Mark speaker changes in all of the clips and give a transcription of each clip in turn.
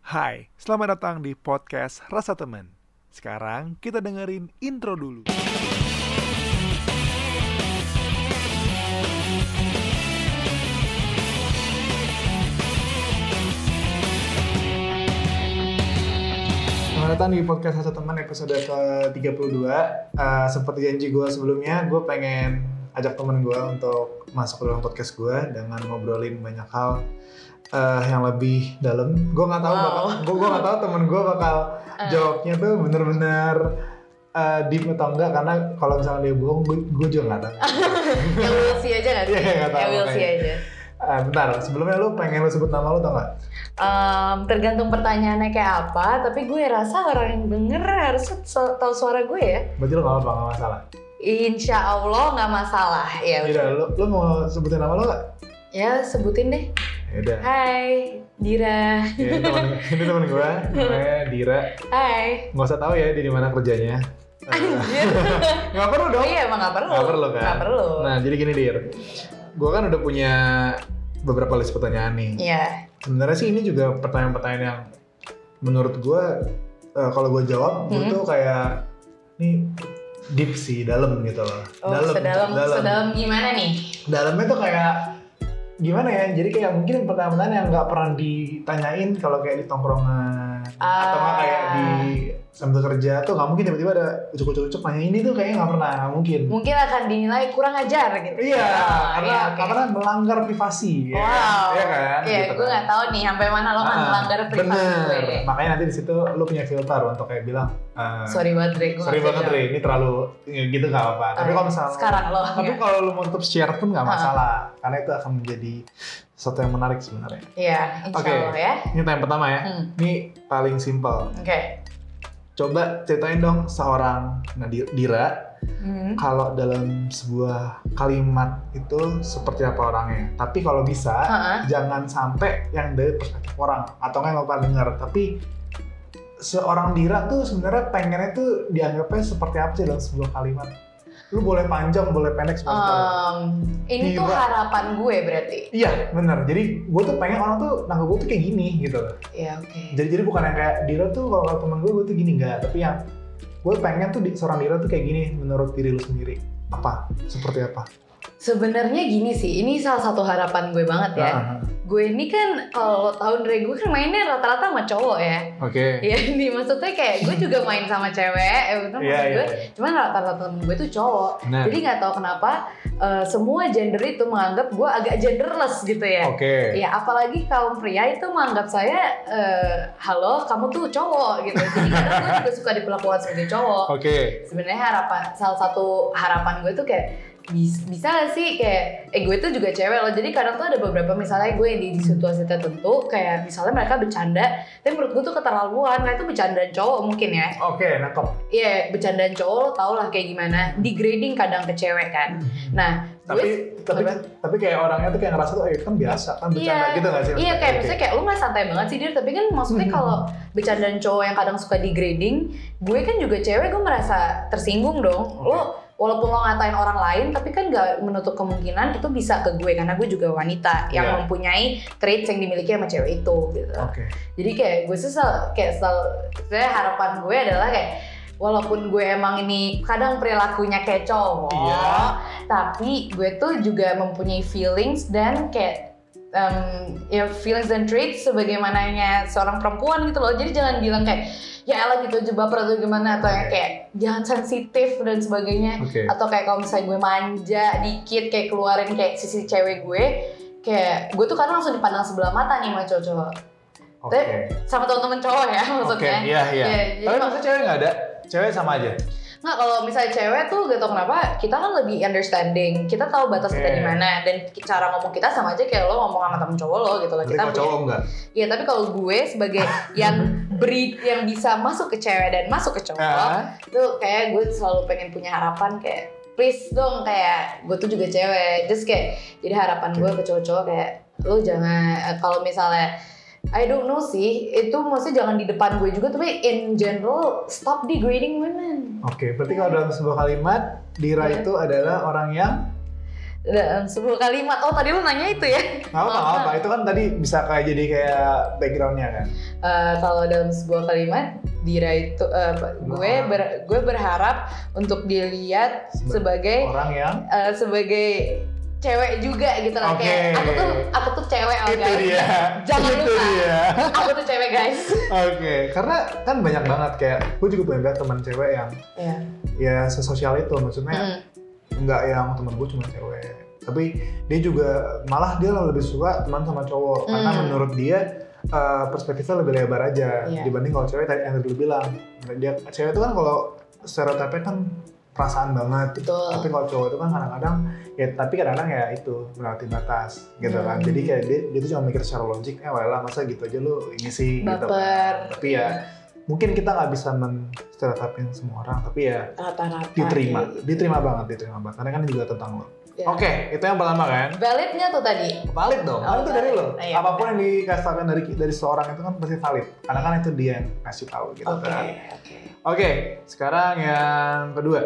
Speaker 1: Hai, selamat datang di podcast Rasa Temen. Sekarang kita dengerin intro dulu. Selamat datang di podcast Rasa Teman episode ke-32 Eh, Seperti janji gue sebelumnya, gue pengen ajak temen gue untuk masuk ke dalam podcast gue Dengan ngobrolin banyak hal eh, yang lebih dalam Gue gak tau
Speaker 2: Wow.
Speaker 1: bakal, gue gue gak tau temen gue bakal
Speaker 2: Eh.
Speaker 1: jawabnya tuh bener-bener eh, deep atau enggak Karena kalau misalnya dia bohong, gue, gue juga gak tau
Speaker 2: yang will see aja nggak sih?
Speaker 1: Iya, nggak tahu
Speaker 2: yang will see
Speaker 1: makanya.
Speaker 2: aja.
Speaker 1: Eh, Bentar, sebelumnya lu pengen lu sebut nama lu tau gak?
Speaker 2: Em, tergantung pertanyaannya kayak apa, tapi gue rasa orang yang denger harus so- tahu suara gue ya.
Speaker 1: Berarti lu gak apa-apa, gak masalah
Speaker 2: Insya Allah nggak masalah ya.
Speaker 1: Yaudah, lu, lu mau sebutin nama lu gak?
Speaker 2: Ya sebutin deh.
Speaker 1: Yaudah
Speaker 2: Hai, Dira.
Speaker 1: Ya, ini temen, ini temen gue, namanya Dira.
Speaker 2: Hai.
Speaker 1: Nggak usah tahu ya dia di mana kerjanya. Eh,
Speaker 2: Anjir.
Speaker 1: Nggak perlu
Speaker 2: oh
Speaker 1: dong.
Speaker 2: iya emang nggak perlu.
Speaker 1: Nggak perlu kan.
Speaker 2: Nggak perlu.
Speaker 1: Nah, jadi gini Dir. Gue kan udah punya beberapa list pertanyaan nih.
Speaker 2: Iya.
Speaker 1: Sebenarnya sih ini juga pertanyaan-pertanyaan yang menurut gue eh, kalau gue jawab gue
Speaker 2: Hmm.
Speaker 1: tuh kayak ini deep sih dalam gitu loh.
Speaker 2: Oh, sedalam, sedalam gimana nih?
Speaker 1: dalamnya tuh kayak gimana ya jadi kayak mungkin pertanyaan-pertanyaan yang nggak pernah ditanyain kalau kayak di tongkrongan
Speaker 2: Ah.
Speaker 1: atau nggak kayak di sambil kerja tuh nggak mungkin tiba-tiba ada ucuk-ucuk-ucuk nanya ini tuh kayaknya nggak pernah nggak mungkin
Speaker 2: Mungkin akan dinilai kurang ajar gitu.
Speaker 1: iya
Speaker 2: Oh,
Speaker 1: karena
Speaker 2: iya, oke.
Speaker 1: karena melanggar privasi ya kan?
Speaker 2: Wow.
Speaker 1: Iya kan
Speaker 2: Iya,
Speaker 1: Gitu
Speaker 2: gue
Speaker 1: kan.
Speaker 2: nggak tahu nih sampai mana lo kan
Speaker 1: Ah,
Speaker 2: melanggar privasi gue.
Speaker 1: bener makanya nanti di situ lu punya filter untuk kayak bilang eh,
Speaker 2: Sorry banget, Dre. Gua
Speaker 1: sorry
Speaker 2: nggak
Speaker 1: banget
Speaker 2: bisa.
Speaker 1: Rey, ini terlalu gitu nggak apa-apa tapi
Speaker 2: Ah,
Speaker 1: kalau misalnya
Speaker 2: sekarang lo.
Speaker 1: Tapi kalau lu mau tutup share pun nggak masalah, karena itu akan menjadi sesuatu yang menarik sebenarnya.
Speaker 2: Iya, insya
Speaker 1: Oke.
Speaker 2: Allah ya.
Speaker 1: Ini yang pertama ya.
Speaker 2: Hmm,
Speaker 1: Ini paling simpel.
Speaker 2: Oke.
Speaker 1: Coba ceritain dong seorang Nadir- Dira
Speaker 2: Hmm.
Speaker 1: kalau dalam sebuah kalimat itu seperti apa orangnya. Tapi kalau bisa
Speaker 2: Ha-ha.
Speaker 1: jangan sampai yang dari perspektif orang atau nggak yang lupa dengar. Tapi seorang Dira tuh sebenarnya pengennya tuh dianggapnya seperti apa sih dalam sebuah kalimat. Lu boleh panjang, boleh pendek, seperti apa.
Speaker 2: Em, ini tuh
Speaker 1: Tiba.
Speaker 2: harapan gue berarti.
Speaker 1: Iya bener, jadi gue tuh pengen orang tuh nangkep gue tuh kayak gini gitu loh
Speaker 2: Iya, oke.
Speaker 1: Jadi, jadi bukan yang kayak Dira tuh kalau kata temen gue, gue tuh gini enggak Tapi yang gue pengen tuh di, seorang Dira tuh kayak gini menurut diri lu sendiri Apa? Seperti apa?
Speaker 2: Sebenarnya gini sih, ini salah satu harapan gue banget ya.
Speaker 1: Ah,
Speaker 2: Gue ini kan kalau lo tahu Dre, gue kan mainnya rata-rata sama cowok ya.
Speaker 1: Oke
Speaker 2: Iya, ini maksudnya kayak gue juga main sama cewek, eh,
Speaker 1: Iya,
Speaker 2: bener maksud
Speaker 1: iya
Speaker 2: gue. Cuman rata-rata temen gue tuh cowok.
Speaker 1: Nah,
Speaker 2: Jadi nggak tahu kenapa eh, semua gender itu menganggap gue agak genderless gitu ya.
Speaker 1: Oke
Speaker 2: Ya apalagi kaum pria itu menganggap saya eh, halo kamu tuh cowok gitu. Jadi kadang gue juga suka diperlakukan sebagai cowok.
Speaker 1: Oke
Speaker 2: Sebenarnya harapan salah satu harapan gue tuh kayak "Bis- bisa gak sih kayak eh gue tuh juga cewek loh. Jadi kadang tuh ada beberapa misalnya gue di, di situasi tertentu kayak misalnya mereka bercanda, tapi menurut gue tuh keterlaluan. Nah itu bercandaan cowok mungkin ya.
Speaker 1: Oke, nangkep
Speaker 2: Iya bercandaan cowok lo tau lah kayak gimana. Degrading kadang ke cewek kan. Nah
Speaker 1: tapi
Speaker 2: gue
Speaker 1: tapi
Speaker 2: apa?
Speaker 1: tapi kayak orangnya tuh kayak ngerasa tuh eh kan biasa kan bercanda
Speaker 2: Iya.
Speaker 1: gitu gak sih
Speaker 2: Iya kayak
Speaker 1: Oke.
Speaker 2: maksudnya kayak lu nggak santai banget sih Dir, tapi kan maksudnya
Speaker 1: Hmm.
Speaker 2: kalau bercandaan cowok yang kadang suka degrading, gue kan juga cewek gue merasa tersinggung dong.
Speaker 1: Oke.
Speaker 2: Lo walaupun lo ngatain orang lain, tapi kan nggak menutup kemungkinan itu bisa ke gue karena gue juga wanita yang
Speaker 1: Iya.
Speaker 2: mempunyai traits yang dimiliki sama cewek itu. Gitu.
Speaker 1: Oke
Speaker 2: Jadi kayak gue sih sel, kayak sel, saya harapan gue adalah kayak walaupun gue emang ini kadang perilakunya kayak cowok,
Speaker 1: Iya.
Speaker 2: tapi gue tuh juga mempunyai feelings dan kayak em, ya feelings and traits sebagaimananya seorang perempuan gitu loh. Jadi jangan bilang kayak ya elah gitu aja baper atau gimana atau yang kayak jangan sensitif dan sebagainya
Speaker 1: Oke
Speaker 2: atau kayak kalau misalnya gue manja dikit kayak keluarin kayak sisi cewek gue kayak gue tuh kadang langsung dipandang sebelah mata nih sama cowok
Speaker 1: Oke
Speaker 2: sama teman-teman cowok ya
Speaker 1: Oke,
Speaker 2: maksudnya.
Speaker 1: iya iya
Speaker 2: Iya, jadi
Speaker 1: Tapi
Speaker 2: mak-
Speaker 1: maksudnya cewek gak ada? Cewek sama aja?
Speaker 2: Nggak kalau misalnya cewek tuh gak tau kenapa kita kan lebih understanding, kita tahu batas kita
Speaker 1: Oke.
Speaker 2: di mana dan ki- cara ngomong kita sama aja kayak lo ngomong sama temen cowok lo gitu loh.
Speaker 1: Berarti
Speaker 2: Kita
Speaker 1: kalau
Speaker 2: punya-
Speaker 1: cowok enggak?
Speaker 2: Iya tapi kalau gue sebagai yang breed yang bisa masuk ke cewek dan masuk ke cowok,
Speaker 1: Ah.
Speaker 2: tuh kayak gue selalu pengen punya harapan kayak please dong kayak gue tuh juga cewek just kayak jadi harapan gue ke cowok-cowok kayak lu jangan eh, kalau misalnya I don't know sih itu maksudnya jangan di depan gue juga tapi in general stop degrading women
Speaker 1: Oke, berarti kalau dalam sebuah kalimat, Dira
Speaker 2: Iya.
Speaker 1: itu adalah orang yang
Speaker 2: dalam sebuah kalimat. Oh tadi lu nanya itu ya?
Speaker 1: Nggak apa apa itu kan tadi bisa kayak jadi kayak backgroundnya kan
Speaker 2: Eh, kalau dalam sebuah kalimat Dira itu eh, gue ber- gue berharap untuk dilihat sebagai
Speaker 1: orang yang
Speaker 2: eh, sebagai cewek juga gitu lah
Speaker 1: Oke.
Speaker 2: kayak aku tuh aku tuh cewek oh
Speaker 1: itu
Speaker 2: guys
Speaker 1: dia
Speaker 2: Jangan
Speaker 1: itu
Speaker 2: lupa.
Speaker 1: dia
Speaker 2: aku tuh cewek guys
Speaker 1: oke karena kan banyak banget kayak gue juga punya banyak teman cewek yang
Speaker 2: ya
Speaker 1: ya sesosial itu maksudnya
Speaker 2: Mm.
Speaker 1: nggak yang temen gue cuma cewek tapi dia juga malah dia lebih suka teman sama cowok karena
Speaker 2: Hmm.
Speaker 1: menurut dia eh, perspektifnya lebih lebar aja
Speaker 2: Iya.
Speaker 1: dibanding kalau cewek tadi yang tadi lu bilang dia cewek itu kan kalau stereotipnya kan perasaan banget
Speaker 2: betul
Speaker 1: tapi kalau cowok itu kan kadang-kadang ya tapi kadang-kadang ya itu melewati batas gitu kan
Speaker 2: Hmm.
Speaker 1: jadi kayak dia, dia tuh cuma mikir secara logik eh walah masa gitu aja lu ini sih gitu
Speaker 2: Baper. Iya.
Speaker 1: kan tapi ya mungkin kita nggak bisa menstereotipin semua orang tapi ya
Speaker 2: rata-rata
Speaker 1: diterima
Speaker 2: gitu.
Speaker 1: diterima banget diterima banget karena kan juga tentang lo
Speaker 2: Ya.
Speaker 1: oke itu yang pertama kan
Speaker 2: validnya tuh tadi
Speaker 1: valid dong
Speaker 2: Oh,
Speaker 1: kan itu dari lo
Speaker 2: valid. Iya,
Speaker 1: apapun yang dikasih tahuin dari dari seorang itu kan pasti valid karena kan itu dia yang kasih tahu gitu
Speaker 2: oke
Speaker 1: kan
Speaker 2: oke.
Speaker 1: oke sekarang yang kedua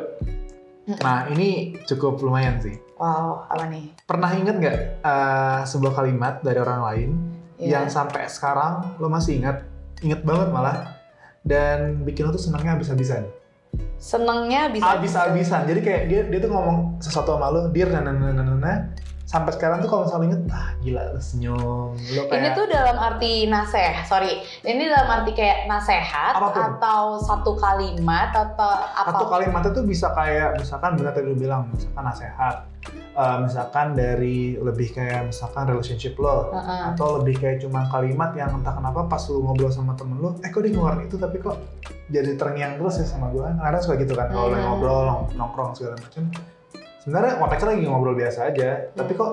Speaker 1: nah ini cukup lumayan sih
Speaker 2: wow apa nih
Speaker 1: pernah inget nggak eh, sebuah kalimat dari orang lain
Speaker 2: Iya.
Speaker 1: yang sampai sekarang lo masih ingat inget banget malah dan bikin lo tuh senangnya habis-habisan
Speaker 2: senengnya bisa
Speaker 1: habis-habisan jadi kayak dia dia tuh ngomong sesuatu sama lo dir nah, nah, nah, nah, nah, nah." sampai sekarang tuh kalau misalnya inget ah gila lo senyum lo kayak
Speaker 2: gitu. Ini tuh dalam arti naseh, sorry. Ini dalam arti kayak nasehat
Speaker 1: Apapun.
Speaker 2: atau satu kalimat atau apa?
Speaker 1: atau kalimatnya tuh bisa kayak misalkan benar tadi lo bilang misalkan nasehat Eh, misalkan dari lebih kayak misalkan relationship lo
Speaker 2: Heeh.
Speaker 1: atau lebih kayak cuma kalimat yang entah kenapa pas lu ngobrol sama temen lu eh kok dia ngeluarin itu tapi kok jadi terngiang terus ya sama gue kadang suka gitu kan kalau lagi
Speaker 2: Hmm.
Speaker 1: ngobrol nong- nongkrong segala macam sebenarnya konteksnya lagi ngobrol biasa aja tapi kok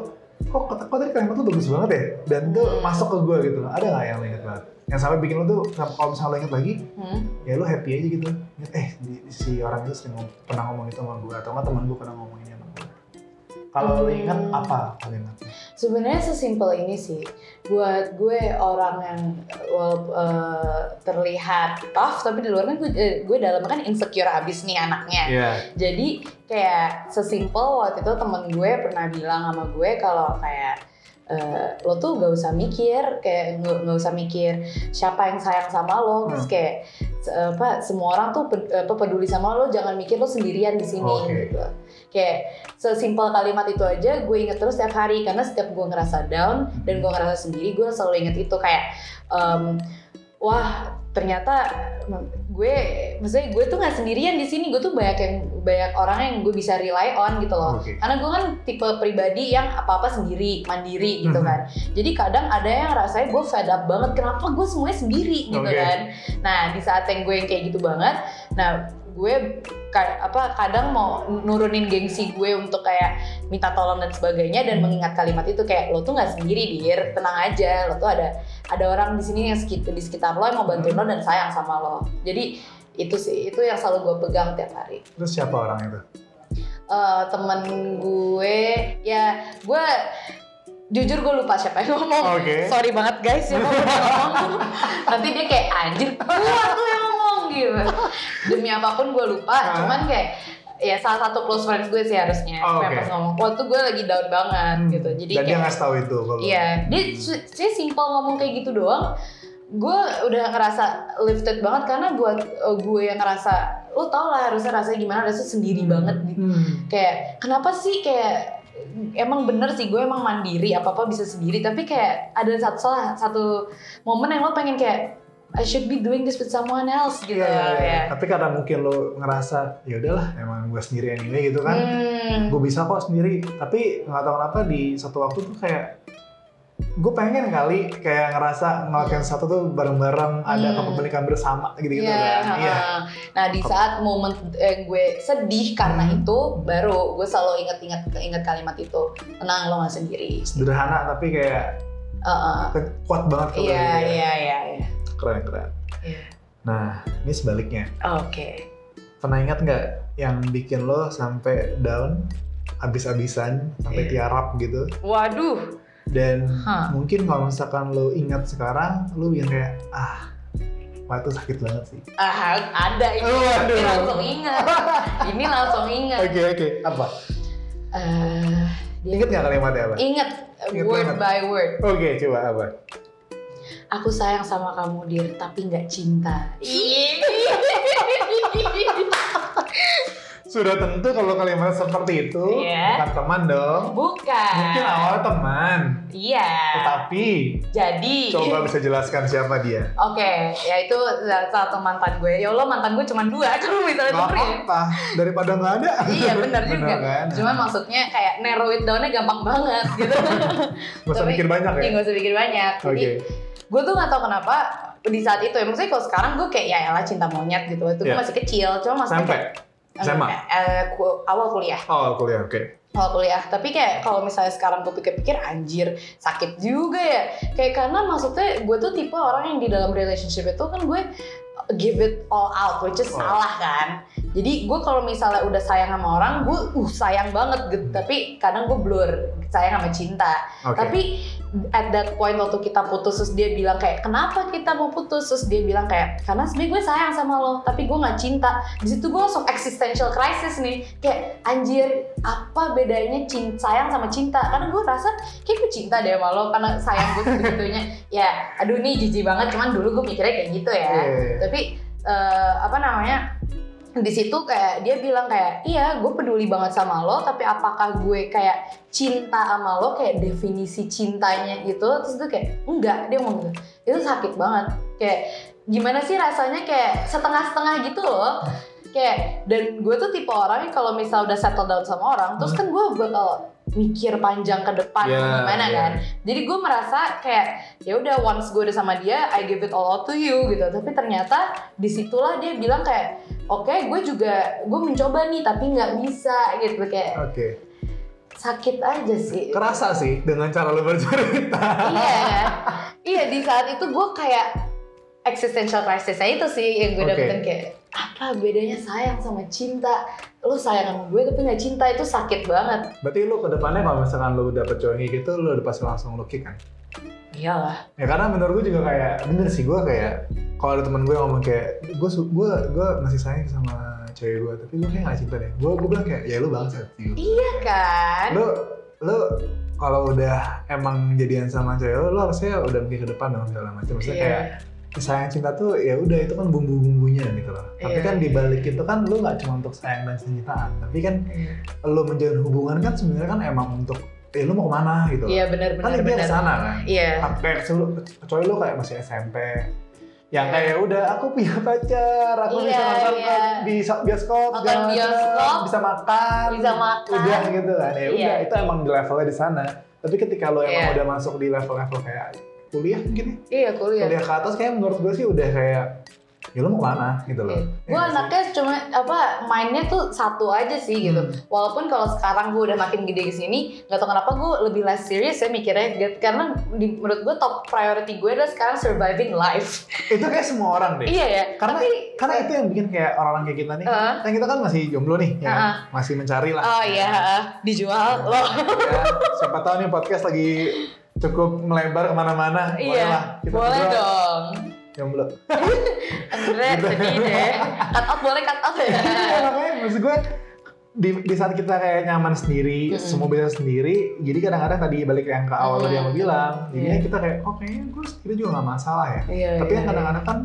Speaker 1: kok kok kok tadi kalimat lu bagus banget ya dan tuh
Speaker 2: Hmm.
Speaker 1: masuk ke gue gitu ada nggak yang lu inget banget yang sampai bikin lu tuh kalau misalnya lu inget lagi
Speaker 2: Hmm.
Speaker 1: ya lu happy aja gitu Ingat, eh di- si orang itu sering ngom- pernah ngomong itu sama gue atau nggak temen gue pernah ngomong ini sama gue kalau lu inget
Speaker 2: Hmm.
Speaker 1: apa kalimatnya
Speaker 2: Sebenarnya sesimpel ini sih. Buat gue orang yang walaupun eh, terlihat tough tapi di luar kan gue, eh, gue dalam kan insecure abis nih anaknya.
Speaker 1: Iya.
Speaker 2: Jadi kayak sesimpel waktu itu temen gue pernah bilang sama gue kalau kayak eh, lo tuh gak usah mikir kayak nggak nggak usah mikir siapa yang sayang sama lo terus kayak se- apa semua orang tuh pe- apa, peduli sama lo jangan mikir lo sendirian di sini
Speaker 1: Oke.
Speaker 2: gitu kayak sesimpel kalimat itu aja gue inget terus setiap hari karena setiap gue ngerasa down dan gue ngerasa sendiri gue selalu inget itu kayak em, wah ternyata gue maksudnya gue tuh nggak sendirian di sini gue tuh banyak yang banyak orang yang gue bisa rely on gitu loh
Speaker 1: Oke.
Speaker 2: karena gue kan tipe pribadi yang apa apa sendiri mandiri gitu
Speaker 1: Mhm.
Speaker 2: kan jadi kadang ada yang rasanya gue fed up banget kenapa gue semuanya sendiri gitu
Speaker 1: Oke.
Speaker 2: kan nah di saat yang gue yang kayak gitu banget nah gue ka- apa kadang mau nurunin gengsi gue untuk kayak minta tolong dan sebagainya dan
Speaker 1: Hmm.
Speaker 2: mengingat kalimat itu kayak lo tuh nggak sendiri dir tenang aja lo tuh ada ada orang di sini yang sekit- di sekitar lo yang mau
Speaker 1: Hmm.
Speaker 2: bantuin lo dan sayang sama lo jadi itu sih itu yang selalu gue pegang tiap hari
Speaker 1: terus siapa orang itu
Speaker 2: eh temen gue ya gue jujur gue lupa siapa yang ngomong
Speaker 1: Oke.
Speaker 2: sorry banget guys ya kalau udah ngomong nanti dia kayak anjir gue tuh yang ngomong gitu demi apapun gue lupa
Speaker 1: Hah?
Speaker 2: cuman kayak ya salah satu close friends gue sih harusnya
Speaker 1: Oh,
Speaker 2: yang
Speaker 1: oke. Hmm.
Speaker 2: pas ngomong waktu gue lagi down banget gitu jadi
Speaker 1: dan dia
Speaker 2: kayak
Speaker 1: ngasih tahu itu kalau Hmm.
Speaker 2: Iya, dia su- dia simpel ngomong kayak gitu doang. Gue udah ngerasa lifted banget karena buat eh, gue yang ngerasa lo tau lah harusnya rasanya gimana rasanya sendiri
Speaker 1: Hmm.
Speaker 2: banget gitu. di- kayak kenapa sih kayak emang bener sih gue emang mandiri apa apa bisa sendiri tapi kayak ada satu salah satu momen yang lo pengen kayak I should be doing this with someone else gitu
Speaker 1: Iya, iya, iya.
Speaker 2: ya.
Speaker 1: tapi karena mungkin lo ngerasa ya udahlah emang gue sendiri anyway gitu kan
Speaker 2: Hmm.
Speaker 1: gue bisa kok sendiri tapi nggak tahu kenapa di satu waktu tuh kayak gue pengen kali kayak ngerasa ngelakuin satu tuh bareng-bareng ada
Speaker 2: Hmm.
Speaker 1: kepemilikan bersama gitu-gitu
Speaker 2: Iya,
Speaker 1: kan iya
Speaker 2: heeh. Nah di saat momen eh, gue sedih karena
Speaker 1: Hmm.
Speaker 2: itu, baru gue selalu inget-inget inget kalimat itu. Tenang lo gak sendiri.
Speaker 1: sederhana tapi kayak
Speaker 2: Heeh.
Speaker 1: ke- kuat banget kalau
Speaker 2: Ah. Iya
Speaker 1: gitu ya.
Speaker 2: iya iya. iya.
Speaker 1: keren keren
Speaker 2: Iya.
Speaker 1: nah ini sebaliknya
Speaker 2: Oke.
Speaker 1: pernah ingat nggak yang bikin lo sampai down habis-habisan sampai
Speaker 2: Iya.
Speaker 1: tiarap gitu
Speaker 2: Waduh.
Speaker 1: dan
Speaker 2: Hah.
Speaker 1: mungkin kalau misalkan lo ingat sekarang lo yang kayak ah wah itu sakit banget sih
Speaker 2: Ah, ada ini.
Speaker 1: Waduh.
Speaker 2: Ini Iya. langsung ingat. Ini langsung ingat.
Speaker 1: oke apa
Speaker 2: Eh, Dia-
Speaker 1: Ingat nggak kalimatnya apa?
Speaker 2: Ingat,
Speaker 1: Ingat
Speaker 2: word
Speaker 1: banget.
Speaker 2: by word.
Speaker 1: Oke, coba apa?
Speaker 2: Aku sayang sama kamu, Dir, tapi nggak cinta.
Speaker 1: Sudah tentu kalau kalimat seperti itu
Speaker 2: Iya.
Speaker 1: bukan teman dong.
Speaker 2: Bukan.
Speaker 1: Mungkin awal teman,
Speaker 2: Iya.
Speaker 1: tetapi
Speaker 2: Jadi.
Speaker 1: coba bisa jelaskan siapa dia.
Speaker 2: Oke, ya itu salah satu mantan gue. Ya Allah, mantan gue cuma dua. Kalau misalnya
Speaker 1: Gak
Speaker 2: dengerin.
Speaker 1: apa-apa, daripada nggak ada.
Speaker 2: ya. Iya benar juga.
Speaker 1: kan?
Speaker 2: Cuman maksudnya kayak narrow it down-nya gampang banget gitu.
Speaker 1: Gak usah
Speaker 2: Tapi-
Speaker 1: mikir banyak ya?
Speaker 2: Iya, gak usah pikir banyak.
Speaker 1: Oke.
Speaker 2: Jadi gue tuh gak tau kenapa di saat itu ya. Maksudnya kalau sekarang gue kayak ya elah cinta monyet gitu. Itu gue
Speaker 1: Iya.
Speaker 2: masih kecil. Cuma masih
Speaker 1: Sampai? SMA?
Speaker 2: Eh, awal kuliah.
Speaker 1: Oh, kuliah, oke.
Speaker 2: Awal kuliah. Tapi kayak kalau misalnya sekarang gue pikir-pikir anjir sakit juga ya. Kayak karena maksudnya gue tuh tipe orang yang di dalam relationship itu kan gue give it all out which is
Speaker 1: Oh.
Speaker 2: salah kan jadi gue kalau misalnya udah sayang sama orang gue uh sayang banget gitu tapi kadang gue blur sayang sama cinta
Speaker 1: Oke.
Speaker 2: tapi at that point waktu kita putus terus dia bilang kayak kenapa kita mau putus terus dia bilang kayak karena sebenarnya gue sayang sama lo tapi gue nggak cinta di situ gue langsung existential crisis nih kayak anjir apa bedanya cinta sayang sama cinta karena gue rasa kayak gue cinta deh sama lo karena sayang gue sebegitunya ya aduh ini jijik banget cuman dulu gue mikirnya kayak gitu ya
Speaker 1: Iya.
Speaker 2: tapi eh, apa namanya di situ kayak dia bilang kayak iya gue peduli banget sama lo tapi apakah gue kayak cinta sama lo kayak definisi cintanya gitu terus gue kayak enggak dia ngomong gitu itu sakit banget kayak gimana sih rasanya kayak setengah-setengah gitu loh kayak dan gue tuh tipe orang yang kalau misal udah settle down sama orang terus kan gue bakal mikir panjang ke depan
Speaker 1: Iya,
Speaker 2: gimana
Speaker 1: iya.
Speaker 2: kan jadi gue merasa kayak ya udah once gue udah sama dia I give it all out to you gitu tapi ternyata disitulah dia bilang kayak oke gue juga gue mencoba nih tapi nggak bisa gitu kayak
Speaker 1: Oke.
Speaker 2: sakit aja sih
Speaker 1: Kerasa sih dengan cara lu bercerita.
Speaker 2: iya iya di saat itu gue kayak existential crisis itu sih yang gue
Speaker 1: Oke.
Speaker 2: dapetin kayak apa bedanya sayang sama cinta lu sayang sama gue tapi nggak cinta itu sakit banget
Speaker 1: Berarti lu ke depannya kalau misalkan lu dapet cowok yang kayak gitu, lu udah pasti langsung lu kick kan?
Speaker 2: iyalah
Speaker 1: Ya karena menurut gue juga kayak, bener sih gue kayak, kalau ada temen gue ngomong kayak, gue su- gue gue masih sayang sama cewek gue, tapi gue kayak gak cinta deh. Gue gue bilang kayak, ya lu bangsat sih.
Speaker 2: iya kan
Speaker 1: Lu lu kalau udah emang jadian sama cewek lu, lu harusnya udah mikir ke depan dong segala macam. Maksudnya
Speaker 2: Iya.
Speaker 1: kayak sayang cinta tuh ya udah itu kan bumbu-bumbunya gitu loh. Tapi
Speaker 2: Iya.
Speaker 1: kan dibalik itu kan lu nggak cuma untuk sayang dan cintaan, tapi kan
Speaker 2: Iya.
Speaker 1: lu menjalin hubungan kan sebenarnya kan emang untuk ya lu mau kemana gitu. loh.
Speaker 2: iya benar
Speaker 1: kan
Speaker 2: benar
Speaker 1: dia ke
Speaker 2: benar
Speaker 1: sana kan.
Speaker 2: iya
Speaker 1: Sampai selu- kecuali lu kayak masih SMP yang
Speaker 2: Iya.
Speaker 1: kayak udah aku punya pacar, aku
Speaker 2: Iya,
Speaker 1: bisa nonton
Speaker 2: iya.
Speaker 1: di bioskop,
Speaker 2: Nonton
Speaker 1: segala macam,
Speaker 2: bioskop,
Speaker 1: bisa makan,
Speaker 2: bisa makan.
Speaker 1: udah gitu kan ya
Speaker 2: Iya.
Speaker 1: udah itu emang di levelnya di sana. Tapi ketika lo emang
Speaker 2: Iya.
Speaker 1: udah masuk di level-level kayak kuliah mungkin ya,
Speaker 2: iya kuliah
Speaker 1: kuliah ke atas kayak menurut gue sih udah kayak ya lu mau kemana gitu loh.
Speaker 2: Gue Iya. anaknya cuma apa mainnya tuh satu aja sih gitu.
Speaker 1: Hmm.
Speaker 2: Walaupun kalau sekarang gue udah makin gede ke sini, nggak tau kenapa gue lebih less serious ya mikirnya Gitu. karena di- menurut gue top priority gue adalah sekarang surviving life.
Speaker 1: Itu kayak semua orang deh.
Speaker 2: iya ya.
Speaker 1: Karena
Speaker 2: Tapi
Speaker 1: karena itu yang bikin kayak orang-orang kayak kita nih.
Speaker 2: Heeh.
Speaker 1: Kan kita kan masih jomblo nih, ya,
Speaker 2: Heeh.
Speaker 1: masih mencari lah.
Speaker 2: oh iya dijual loh.
Speaker 1: Ya, siapa tahu nih podcast lagi cukup melebar kemana-mana.
Speaker 2: Iya,
Speaker 1: lah, kita
Speaker 2: boleh
Speaker 1: berdua
Speaker 2: dong.
Speaker 1: Jomblo.
Speaker 2: Andre sedih deh. Cut out boleh cut out ya.
Speaker 1: Iya, makanya maksud gue di, di saat kita kayak nyaman sendiri,
Speaker 2: Mm-mm.
Speaker 1: semua bisa sendiri, jadi kadang-kadang tadi balik yang ke awal tadi yang lo
Speaker 2: Mm-mm.
Speaker 1: bilang, jadinya
Speaker 2: Iya.
Speaker 1: kita kayak, oh kayaknya gue sendiri juga gak masalah ya.
Speaker 2: Iya.
Speaker 1: Tapi
Speaker 2: iya,
Speaker 1: yang kadang-kadang kan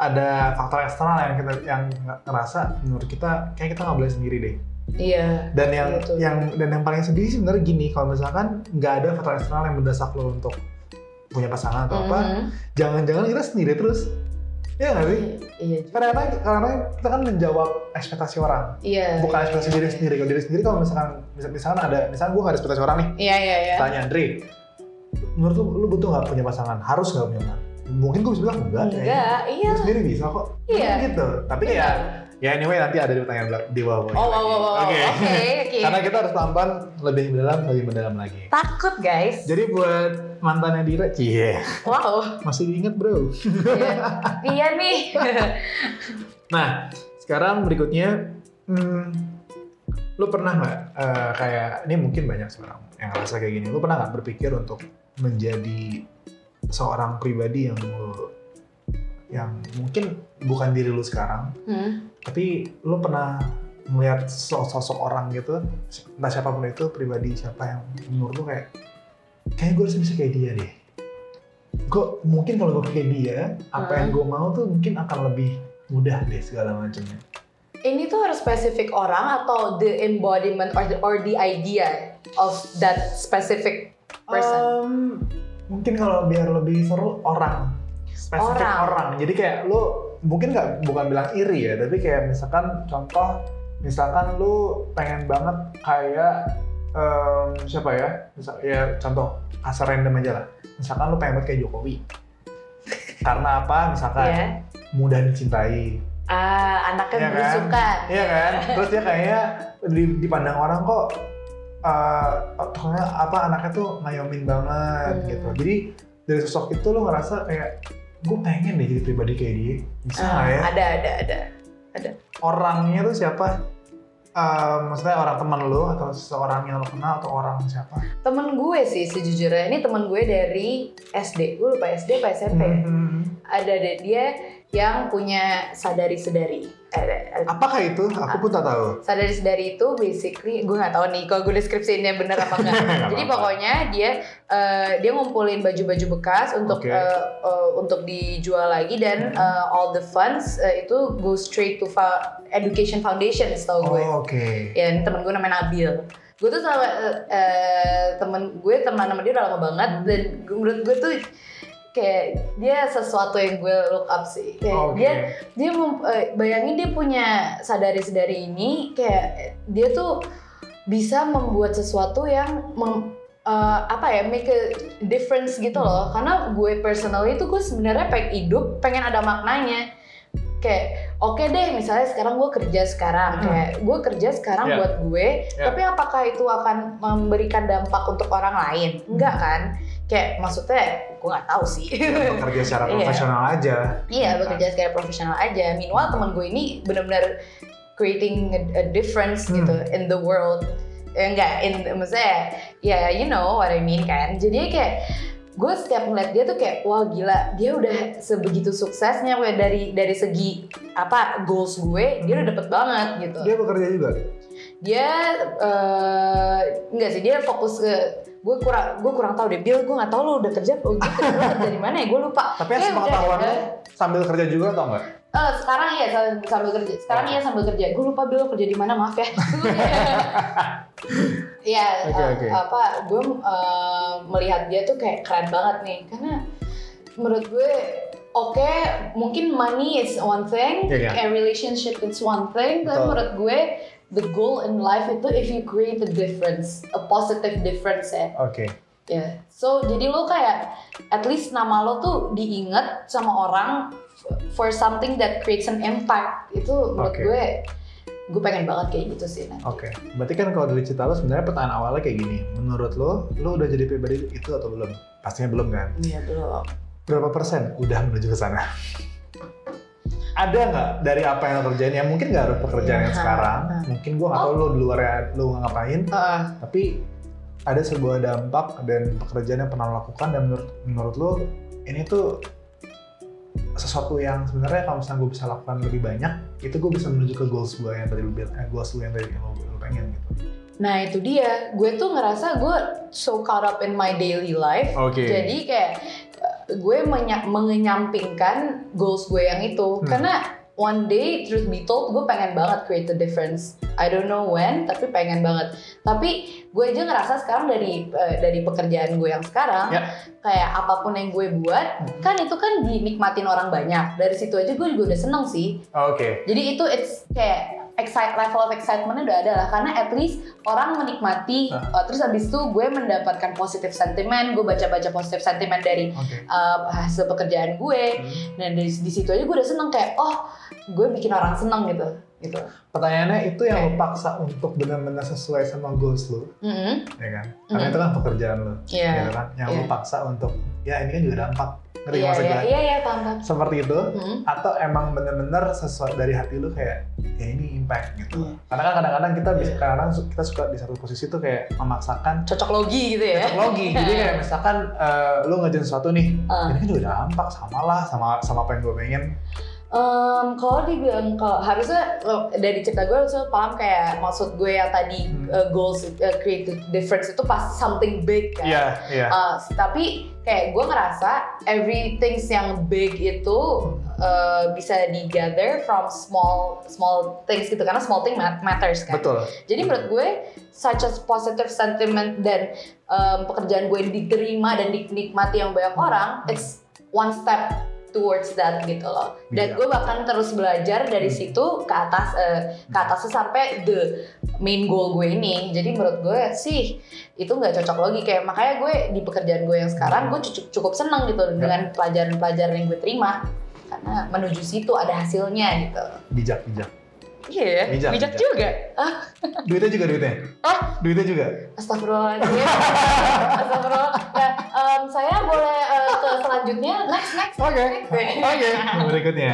Speaker 1: ada faktor eksternal yang kita yang ngerasa menurut kita kayak kita nggak boleh sendiri deh.
Speaker 2: Iya.
Speaker 1: Dan yang
Speaker 2: Betul.
Speaker 1: yang dan yang paling sedih sih sebenarnya gini kalau misalkan nggak ada faktor eksternal yang mendesak lo untuk punya pasangan atau apa,
Speaker 2: Mhm.
Speaker 1: jangan-jangan kita sendiri terus. Iya nggak sih?
Speaker 2: Iya.
Speaker 1: Kadang-kadang kadang-kadang kita kan menjawab ekspektasi orang,
Speaker 2: Iya.
Speaker 1: bukan ekspektasi
Speaker 2: iya,
Speaker 1: diri
Speaker 2: iya.
Speaker 1: sendiri. Kalau diri sendiri kalau misalkan mis- misalkan ada misalkan gue nggak ada ekspektasi orang nih,
Speaker 2: Iya iya iya.
Speaker 1: tanya Andre, menurut lu lu butuh nggak punya pasangan? Harus nggak punya pasangan? Mungkin gue bisa bilang enggak. ya.
Speaker 2: Enggak, iya.
Speaker 1: Gue sendiri bisa kok.
Speaker 2: Iya.
Speaker 1: Kan Gitu. Tapi ya, ya anyway nanti ada di pertanyaan belak- di bawah.
Speaker 2: Oh, wow, wow, wow, wow.
Speaker 1: Oke.
Speaker 2: Oke, oke.
Speaker 1: Karena kita harus tampan lebih mendalam, lebih mendalam lagi.
Speaker 2: Takut guys.
Speaker 1: Jadi buat mantannya Dira, cie,
Speaker 2: Wow.
Speaker 1: masih diingat bro.
Speaker 2: Iya, Iya nih.
Speaker 1: Nah, sekarang berikutnya, hmm, lu pernah nggak eh, kayak ini mungkin banyak sekarang yang ngerasa kayak gini. Lu pernah nggak berpikir untuk menjadi seorang pribadi yang lu yang mungkin bukan diri lu sekarang,
Speaker 2: Hmm.
Speaker 1: tapi lu pernah melihat sosok orang gitu entah siapapun itu pribadi siapa yang menurut lu kayak kayaknya gue harus bisa kayak dia deh gue mungkin kalau gue kayak dia apa
Speaker 2: Hmm.
Speaker 1: yang gue mau tuh mungkin akan lebih mudah deh segala macamnya
Speaker 2: Ini tuh harus spesifik orang atau the embodiment or the, or the idea of that specific person.
Speaker 1: Em, mungkin kalau biar lebih seru orang spesifik
Speaker 2: Orang.
Speaker 1: orang, jadi kayak lu mungkin nggak bukan bilang iri ya tapi kayak misalkan contoh misalkan lu pengen banget kayak em, siapa ya misal ya contoh asal random aja lah misalkan lu pengen banget kayak Jokowi karena apa misalkan
Speaker 2: ya.
Speaker 1: mudah dicintai
Speaker 2: Ah,
Speaker 1: kan. Iya
Speaker 2: anaknya
Speaker 1: kan?
Speaker 2: berusukan.
Speaker 1: Iya kan? Terus dia kayaknya di- dipandang orang kok eh pokoknya apa anaknya tuh ngayomin banget
Speaker 2: Hmm.
Speaker 1: gitu. Jadi dari sosok itu lo ngerasa kayak gue pengen deh jadi pribadi kayak dia. Bisa
Speaker 2: Ah,
Speaker 1: nggak ya?
Speaker 2: Ada, ada, ada.
Speaker 1: Orangnya tuh siapa? Eh, maksudnya orang teman lo atau seseorang yang lo kenal atau orang siapa?
Speaker 2: Temen gue sih sejujurnya, ini temen gue dari SD. Gue lupa SD apa SMP ya.
Speaker 1: Hmm.
Speaker 2: Ada deh, dia yang punya sadari-sedari. Eh, Ada, ada.
Speaker 1: Apakah itu? Aku pun tak tahu.
Speaker 2: Sadari sedari itu basically gue nggak tahu nih kalau gue deskripsiinnya bener apa enggak.
Speaker 1: Nggak
Speaker 2: Jadi
Speaker 1: apa-apa.
Speaker 2: pokoknya dia eh, dia ngumpulin baju-baju bekas untuk
Speaker 1: Oke.
Speaker 2: eh, eh, untuk dijual lagi dan
Speaker 1: Hmm.
Speaker 2: eh, all the funds eh, itu go straight to fa- education foundation setahu gue.
Speaker 1: Oh, Oke.
Speaker 2: Ya ini temen gue namanya Nabil. Gue tuh sama eh, eh, temen gue teman sama dia udah lama banget dan gue- menurut gue tuh kayak dia sesuatu yang gue look up sih. Kayak
Speaker 1: Oh, Oke.
Speaker 2: Iya, dia dia mem- eh, bayangin dia punya sadari sadari ini kayak eh, dia tuh bisa membuat sesuatu yang mem- eh, apa ya make a difference gitu loh karena gue personally tuh gue sebenarnya pengen hidup pengen ada maknanya kayak oke deh misalnya sekarang gue kerja sekarang
Speaker 1: Hmm.
Speaker 2: kayak gue kerja sekarang
Speaker 1: Yeah.
Speaker 2: buat gue
Speaker 1: Yeah.
Speaker 2: tapi apakah itu akan memberikan dampak untuk orang lain enggak kan kayak maksudnya gue nggak tahu sih
Speaker 1: Ya, Bekerja secara
Speaker 2: Iya.
Speaker 1: profesional aja.
Speaker 2: Iya
Speaker 1: kan?
Speaker 2: bekerja secara profesional aja. Minimal teman gue ini benar-benar creating a, a difference
Speaker 1: Hmm.
Speaker 2: gitu in the world. Eh, enggak, in maksudnya ya you know what I mean kan. Jadi kayak gue setiap ngeliat dia tuh kayak wah gila dia udah sebegitu suksesnya gue dari dari segi apa goals gue dia udah dapet banget gitu
Speaker 1: Dia bekerja juga.
Speaker 2: dia eh enggak sih dia fokus ke gue kurang gue kurang tahu deh Bill gue nggak tahu lo udah kerja lo kerja dari mana ya gue lupa
Speaker 1: Tapi
Speaker 2: Kayak
Speaker 1: asal
Speaker 2: udah,
Speaker 1: pengetahuan
Speaker 2: udah.
Speaker 1: lo sambil kerja juga atau enggak?
Speaker 2: Eh sekarang iya sambil, sambil kerja. Sekarang iya sambil kerja. Gue lupa Bill kerja di mana, maaf ya. Iya, eh,
Speaker 1: Oke, oke.
Speaker 2: apa gue eh, melihat dia tuh kayak keren banget nih karena menurut gue oke mungkin money is one thing
Speaker 1: Iya, iya.
Speaker 2: and relationship is one thing tapi
Speaker 1: Betul.
Speaker 2: menurut gue the goal in life itu if you create a difference a positive difference ya
Speaker 1: Oke.
Speaker 2: Ya, so jadi lo kayak at least nama lo tuh diinget sama orang f- for something that creates an impact itu menurut
Speaker 1: Oke.
Speaker 2: gue gue pengen banget kayak gitu sih nah.
Speaker 1: Oke, berarti kan kalau dari cerita lo sebenarnya pertanyaan awalnya kayak gini. Menurut lo, lo udah jadi pribadi itu atau belum? Pastinya belum kan?
Speaker 2: Iya belum.
Speaker 1: Berapa persen udah menuju ke sana? Ada nggak dari apa yang lo kerjain yang mungkin nggak harus pekerjaan yang
Speaker 2: Nah,
Speaker 1: sekarang?
Speaker 2: nah.
Speaker 1: Mungkin gue nggak tahu lo di luarnya lo ngapain,
Speaker 2: Heeh.
Speaker 1: tapi ada sebuah dampak dan pekerjaan yang pernah lo lakukan dan menurut menurut lo ini tuh sesuatu yang sebenarnya kalau misalnya gue bisa lakukan lebih banyak itu gue bisa menuju ke goals gue yang tadi lo bilang eh, goals lo yang tadi lo, lo pengen gitu.
Speaker 2: Nah itu dia, gue tuh ngerasa gue so caught up in my daily life.
Speaker 1: Oke.
Speaker 2: Jadi kayak eh, gue menya- mengenyampingkan goals gue yang itu
Speaker 1: Hmm.
Speaker 2: karena one day truth be told gue pengen banget create a difference. I don't know when tapi pengen banget. Tapi gue aja ngerasa sekarang dari eh, dari pekerjaan gue yang sekarang
Speaker 1: Ya.
Speaker 2: kayak apapun yang gue buat
Speaker 1: Hmm.
Speaker 2: kan itu kan dinikmatin orang banyak. Dari situ aja gue juga udah seneng sih.
Speaker 1: Oke.
Speaker 2: Jadi itu it's kayak excite, level of excitementnya udah ada lah karena at least orang menikmati
Speaker 1: Ah.
Speaker 2: uh, terus abis itu gue mendapatkan positive sentiment gue baca-baca positive sentiment dari
Speaker 1: Oke.
Speaker 2: uh, hasil pekerjaan gue dan dari di situ aja gue udah seneng kayak oh gue bikin orang seneng gitu gitu
Speaker 1: Pertanyaannya itu yang lo paksa untuk benar-benar sesuai sama goals lo,
Speaker 2: Mm-mm.
Speaker 1: ya kan? Karena
Speaker 2: Mm.
Speaker 1: itu kan pekerjaan lo,
Speaker 2: Mm-hmm. Iya.
Speaker 1: gitu kan? Yang lo
Speaker 2: Iya.
Speaker 1: paksa untuk, ya ini kan juga dampak, ngerti
Speaker 2: iya
Speaker 1: maksud
Speaker 2: iya
Speaker 1: gue?
Speaker 2: iya iya paham Mm-hmm. paham
Speaker 1: Seperti itu,
Speaker 2: Mm-mm.
Speaker 1: atau emang benar-benar sesuai dari hati lo kayak, ya ini impact gitu.
Speaker 2: Iya.
Speaker 1: Karena kan kadang-kadang kita bisa,
Speaker 2: Iya.
Speaker 1: kadang-kadang su- kita suka di satu posisi tuh kayak memaksakan
Speaker 2: cocok logi gitu ya
Speaker 1: logi. Jadi kayak misalkan eh, lo ngerjain sesuatu nih,
Speaker 2: Ah.
Speaker 1: ini kan juga dampak, samalah sama sama apa yang gue pengen.
Speaker 2: Em, Um, kalau dibilang kalau harusnya eh, dari cerita gue harusnya paham kayak maksud gue yang tadi
Speaker 1: Hmm.
Speaker 2: eh, goals eh, create a difference itu pas something big kan.
Speaker 1: Iya, iya.
Speaker 2: Uh, tapi kayak gue ngerasa everything yang big itu uh, bisa di gather from small small things gitu karena small thing mat- matters kan.
Speaker 1: Betul.
Speaker 2: Jadi menurut gue such as positive sentiment dan um, pekerjaan gue diterima dan dinikmati yang banyak orang, it's one step towards that gitu loh. Dan
Speaker 1: Iya.
Speaker 2: gue bahkan terus belajar dari
Speaker 1: Hmm.
Speaker 2: situ ke atas eh, ke atasnya sampai the main goal gue ini. Jadi menurut gue sih itu nggak cocok lagi kayak makanya gue di pekerjaan gue yang sekarang gue cukup cukup seneng gitu dengan pelajaran-pelajaran yang gue terima karena menuju situ ada hasilnya gitu.
Speaker 1: Bijak, bijak.
Speaker 2: Iya, ya,
Speaker 1: Bijak,
Speaker 2: bijak
Speaker 1: bijak.
Speaker 2: juga. Ah,
Speaker 1: Duitnya juga duitnya.
Speaker 2: ah,
Speaker 1: Duitnya juga.
Speaker 2: Astagfirullahaladzim. Astagfirullah. Nah, em, saya boleh eh, ke selanjutnya. Next, next.
Speaker 1: Oke.
Speaker 2: next.
Speaker 1: Oke. Berikutnya.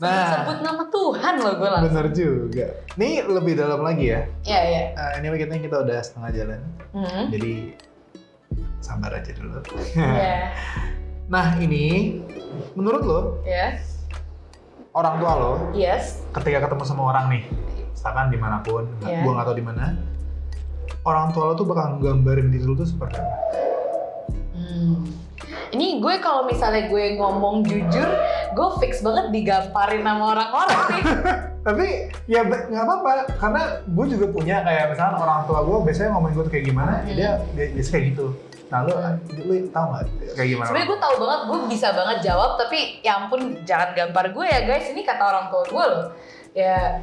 Speaker 2: Sebut
Speaker 1: Nah,
Speaker 2: nama Tuhan loh gue langsung.
Speaker 1: bener juga. Ini lebih dalam lagi ya.
Speaker 2: Iya, iya.
Speaker 1: Eh, anyway, kita kita udah setengah jalan.
Speaker 2: Hmm.
Speaker 1: Jadi sabar aja dulu.
Speaker 2: Iya,
Speaker 1: Nah, ini menurut lo,
Speaker 2: iya.
Speaker 1: orang tua lo
Speaker 2: Yes.
Speaker 1: ketika ketemu sama orang nih, misalkan dimanapun, nggak-
Speaker 2: Iya.
Speaker 1: gua nggak tahu di mana, orang tua lo tuh bakal gambarin diri lo tuh seperti apa?
Speaker 2: Hmm. Ini gue kalau misalnya gue ngomong jujur, gue fix banget digamparin sama orang-orang nih.
Speaker 1: Tapi ya ba- nggak apa-apa, karena gue juga punya kayak misalkan orang tua gue biasanya ngomongin gue tuh kayak gimana, ya
Speaker 2: Hmm.
Speaker 1: dia, dia biasanya kayak gitu. Nah lo, lo tau nggak kayak gimana?
Speaker 2: Sebenernya gue tahu banget, gue bisa banget jawab, tapi ya ampun jangan gampar gue ya guys, ini kata orang tua gue loh. Ya,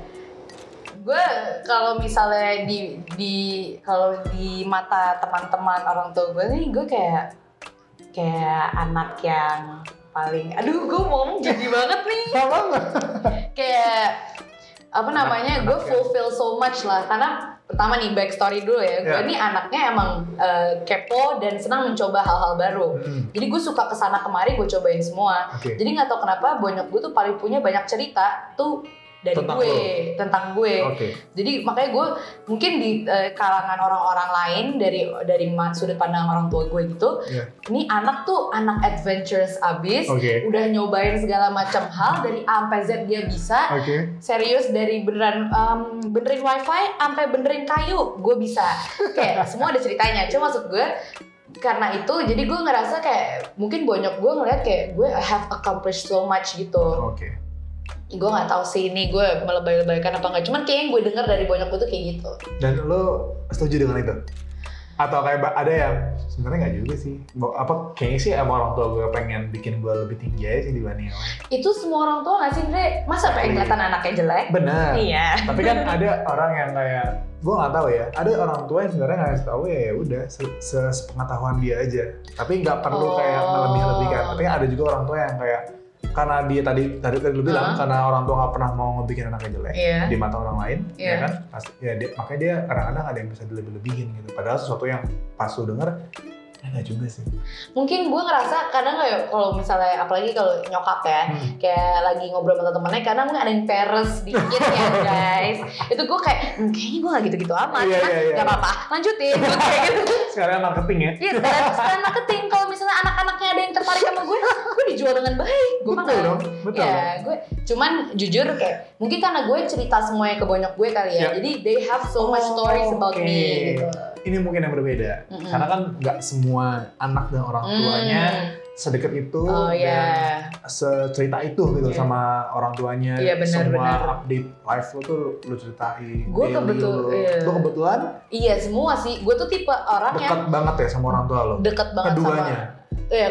Speaker 2: gue kalau misalnya di di kalau di mata teman-teman orang tua gue nih, gue kayak kayak anak yang paling, aduh gue mau ngomong jadi banget nih,
Speaker 1: Sama nggak?
Speaker 2: kayak apa namanya, gue
Speaker 1: anak ya. yang-
Speaker 2: fulfill so much lah, karena pertama nih backstory dulu ya, gue
Speaker 1: Ya.
Speaker 2: ini anaknya emang eh, kepo dan senang mencoba hal-hal baru.
Speaker 1: Hmm,
Speaker 2: Jadi gue suka kesana kemari gue cobain semua.
Speaker 1: Oke.
Speaker 2: Jadi nggak tau kenapa bonyok gue tuh paling punya banyak cerita tuh dari
Speaker 1: Tentang
Speaker 2: gue
Speaker 1: lo. Oh.
Speaker 2: tentang gue.
Speaker 1: Oke.
Speaker 2: Jadi makanya gue mungkin di eh, kalangan orang-orang lain dari dari ma- sudut pandang orang tua gue gitu,
Speaker 1: Iya.
Speaker 2: ini anak tuh anak adventurous abis.
Speaker 1: Oke.
Speaker 2: Udah nyobain segala macam hal dari A sampai Z dia bisa.
Speaker 1: Oke.
Speaker 2: Serius dari beneran em, benerin wifi sampai benerin kayu gue bisa. Kayak semua ada ceritanya. Cuma maksud gue karena itu jadi gue ngerasa kayak mungkin bonyok gue ngeliat kayak gue have accomplished so much gitu.
Speaker 1: Oke.
Speaker 2: Gue nggak tahu sih ini gue melebay-lebaykan apa enggak. Cuman kayaknya yang gue denger dari bonyok gue tuh kayak gitu.
Speaker 1: Dan lo setuju dengan itu? Atau kayak ba- ada yang sebenarnya nggak juga sih. Bo- Apa kayaknya sih emang orang tua gue pengen bikin gue lebih tinggi aja sih dibanding yang lain.
Speaker 2: Itu semua orang tua nggak sih Dre? Masa pengen kelihatan anaknya jelek?
Speaker 1: Benar.
Speaker 2: Iya.
Speaker 1: Tapi kan ada orang yang kayak gue nggak tahu ya. Ada orang tua yang sebenarnya nggak tahu ya ya udah se- se- sepengetahuan dia aja. Tapi nggak perlu kayak
Speaker 2: Oh.
Speaker 1: melebih-lebihkan. Tapi ada juga orang tua yang kayak karena dia tadi tadi tadi lu bilang
Speaker 2: Huh?
Speaker 1: karena orang tua nggak pernah mau ngebikin anaknya jelek
Speaker 2: Iya.
Speaker 1: di mata orang lain,
Speaker 2: Iya.
Speaker 1: ya kan? Pasti- ya dia- makanya dia kadang-kadang ada yang bisa dilebih-lebihin gitu. Padahal sesuatu yang pas lu denger, ya nggak juga sih.
Speaker 2: Mungkin gue ngerasa kadang kayak kalau misalnya apalagi kalau nyokap ya,
Speaker 1: Hmm.
Speaker 2: kayak lagi ngobrol sama temennya karena mungkin ada yang peres dikit ya guys itu gue kayak "Hmm, kayaknya gue gak gitu-gitu amat
Speaker 1: Iya,
Speaker 2: Cuman,
Speaker 1: iya, iya.
Speaker 2: gak apa-apa lanjutin gue kayak gitu
Speaker 1: Sekarang marketing ya.
Speaker 2: Iya, dan setelah marketing kalau misalnya anak-anaknya ada yang tertarik sama gue, gue dijual dengan baik. Gue mah
Speaker 1: betul
Speaker 2: nggak-
Speaker 1: dong, betul.
Speaker 2: Ya, gue cuman jujur kayak mungkin karena gue cerita semuanya ke bonyok gue kali ya.
Speaker 1: Ya.
Speaker 2: Jadi they have so much
Speaker 1: Oh,
Speaker 2: stories about
Speaker 1: oke.
Speaker 2: me gitu.
Speaker 1: Ini mungkin yang berbeda,
Speaker 2: Mm-mm.
Speaker 1: karena kan nggak semua anak dan orang tuanya sedekat itu
Speaker 2: Hmm. Mm. Oh ya.
Speaker 1: dan secerita itu gitu
Speaker 2: Iya.
Speaker 1: sama orang tuanya.
Speaker 2: Iya, benar,
Speaker 1: semua
Speaker 2: benar.
Speaker 1: update life lu tuh lu ceritain.
Speaker 2: Gua
Speaker 1: daily
Speaker 2: kebetul-
Speaker 1: lu.
Speaker 2: iya.
Speaker 1: Lu kebetulan
Speaker 2: Iya, semua sih. Gue tuh tipe orang yang
Speaker 1: dekat banget ya sama orang tua lo.
Speaker 2: deket banget sama
Speaker 1: Keduanya.
Speaker 2: ya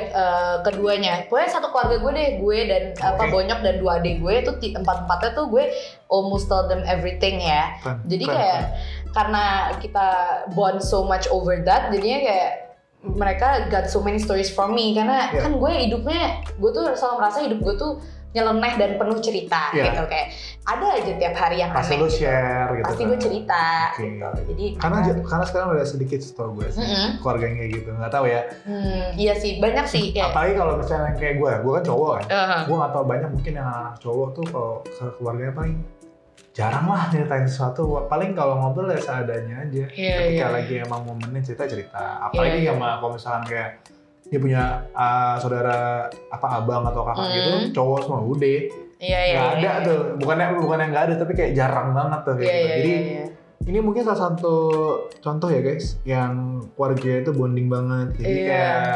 Speaker 2: keduanya. Pokoknya satu keluarga gue deh, gue dan apa
Speaker 1: Oke.
Speaker 2: Bonyok dan dua adik gue itu ti- empat-empatnya tuh gue almost tell them everything ya.
Speaker 1: Keren,
Speaker 2: Jadi
Speaker 1: keren,
Speaker 2: kayak
Speaker 1: keren.
Speaker 2: Karena kita bond so much over that, jadinya kayak mereka got so many stories from me karena
Speaker 1: Yeah.
Speaker 2: kan gue hidupnya gue tuh selalu merasa hidup gue tuh nyeleneh dan penuh cerita
Speaker 1: Yeah.
Speaker 2: gitu kayak ada aja tiap hari yang
Speaker 1: Iya. pasti
Speaker 2: aneh
Speaker 1: lu
Speaker 2: gitu.
Speaker 1: share gitu.
Speaker 2: pasti
Speaker 1: kan.
Speaker 2: gue cerita
Speaker 1: Oke.
Speaker 2: gitu. jadi
Speaker 1: Karena karena sekarang udah sedikit tau gue sih
Speaker 2: Mm-mm.
Speaker 1: keluarga yang kayak gitu. Nggak tahu ya.
Speaker 2: hmm, iya sih banyak sih kayak
Speaker 1: Apalagi kalau misalnya yang kayak gue, gue kan cowok kan.
Speaker 2: Uh-huh.
Speaker 1: Gue nggak tahu banyak mungkin yang anak cowok tuh kalau ke keluarganya paling jarang lah ceritain sesuatu. Paling kalau ngobrol ya seadanya aja.
Speaker 2: Iya,
Speaker 1: Ketika
Speaker 2: iya.
Speaker 1: lagi emang momennya cerita cerita. Apalagi
Speaker 2: Iya, iya.
Speaker 1: sama kalau misalkan kayak dia punya uh, saudara apa abang atau kakak
Speaker 2: Hmm.
Speaker 1: gitu, cowok semua udah
Speaker 2: Iya iya.
Speaker 1: nggak
Speaker 2: iya,
Speaker 1: ada
Speaker 2: iya.
Speaker 1: tuh bukannya bukan yang nggak ada tapi kayak jarang banget tuh kayak
Speaker 2: Iya
Speaker 1: gitu.
Speaker 2: iya.
Speaker 1: jadi
Speaker 2: iya, iya.
Speaker 1: ini mungkin salah satu contoh ya guys yang keluarga itu bonding banget jadi
Speaker 2: Iya.
Speaker 1: kayak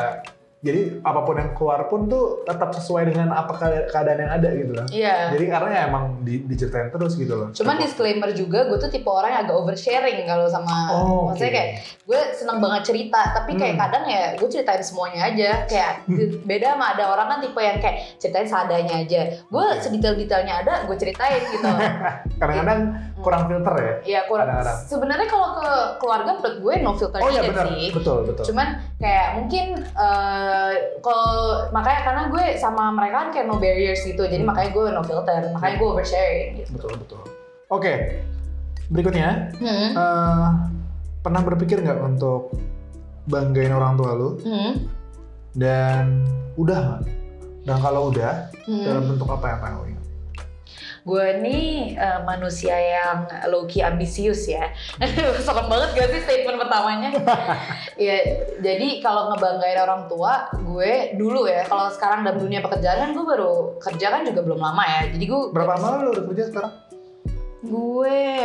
Speaker 1: jadi apapun yang keluar pun tuh tetap sesuai dengan apa ke- keadaan yang ada gitu loh
Speaker 2: Iya.
Speaker 1: jadi karena ya emang di, diceritain terus gitu loh
Speaker 2: Cuman disclaimer juga, gue tuh tipe orang yang agak oversharing kalau sama,
Speaker 1: Oh,
Speaker 2: maksudnya
Speaker 1: oke.
Speaker 2: kayak gue seneng banget cerita, tapi kayak
Speaker 1: Hmm.
Speaker 2: kadang ya gue ceritain semuanya aja, kayak beda sama ada orang kan tipe yang kayak ceritain seadanya aja, gue
Speaker 1: Oke.
Speaker 2: sedetail-detailnya ada gue ceritain gitu,
Speaker 1: kadang-kadang
Speaker 2: Hmm.
Speaker 1: kurang filter ya
Speaker 2: ya kurang.
Speaker 1: Kadang-kadang.
Speaker 2: Sebenarnya kalau ke keluarga menurut gue no filter
Speaker 1: oh iya
Speaker 2: aja
Speaker 1: benar
Speaker 2: sih.
Speaker 1: betul betul
Speaker 2: Cuman kayak mungkin eh, kalau makanya karena gue sama mereka kan kayak no barriers gitu, jadi
Speaker 1: Hmm.
Speaker 2: makanya gue no filter, makanya gue oversharing gitu.
Speaker 1: betul betul oke berikutnya
Speaker 2: Hmm.
Speaker 1: eh, pernah berpikir nggak untuk banggain orang tua lu
Speaker 2: Hmm.
Speaker 1: dan udah nggak? dan kalau udah
Speaker 2: Hmm.
Speaker 1: dalam bentuk apa yang pengen lo ingat?
Speaker 2: Gue nih eh, manusia yang low-key ambisius ya. Serem banget gak sih statement pertamanya? ya, jadi kalau ngebanggain orang tua, gue dulu ya, kalau sekarang dalam dunia pekerjaan kan gue baru kerja kan juga belum lama ya. Jadi gue
Speaker 1: berapa lama lu udah kerja sekarang
Speaker 2: Gue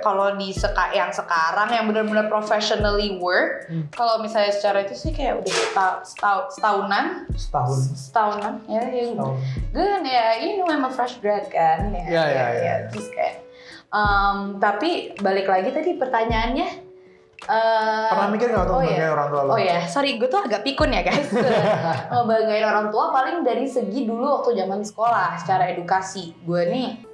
Speaker 2: kalau di seka yang sekarang yang benar-benar professionally work,
Speaker 1: Hmm.
Speaker 2: kalau misalnya secara itu sih kayak udah seta- setau- setahunan,
Speaker 1: setahun
Speaker 2: setahunan ya, ya
Speaker 1: setahun
Speaker 2: Gun ya, you know I'm a fresh grad kan ya.
Speaker 1: Ya, ya, ya.
Speaker 2: Terus kayak, um, tapi balik lagi tadi pertanyaannya. eh,
Speaker 1: pernah mikir nggak untuk
Speaker 2: oh,
Speaker 1: banggain
Speaker 2: ya.
Speaker 1: orang tua lu
Speaker 2: Oh ya, sorry gue tuh agak pikun ya guys. Ngebanggain orang tua paling dari segi dulu waktu zaman sekolah secara edukasi. Gue nih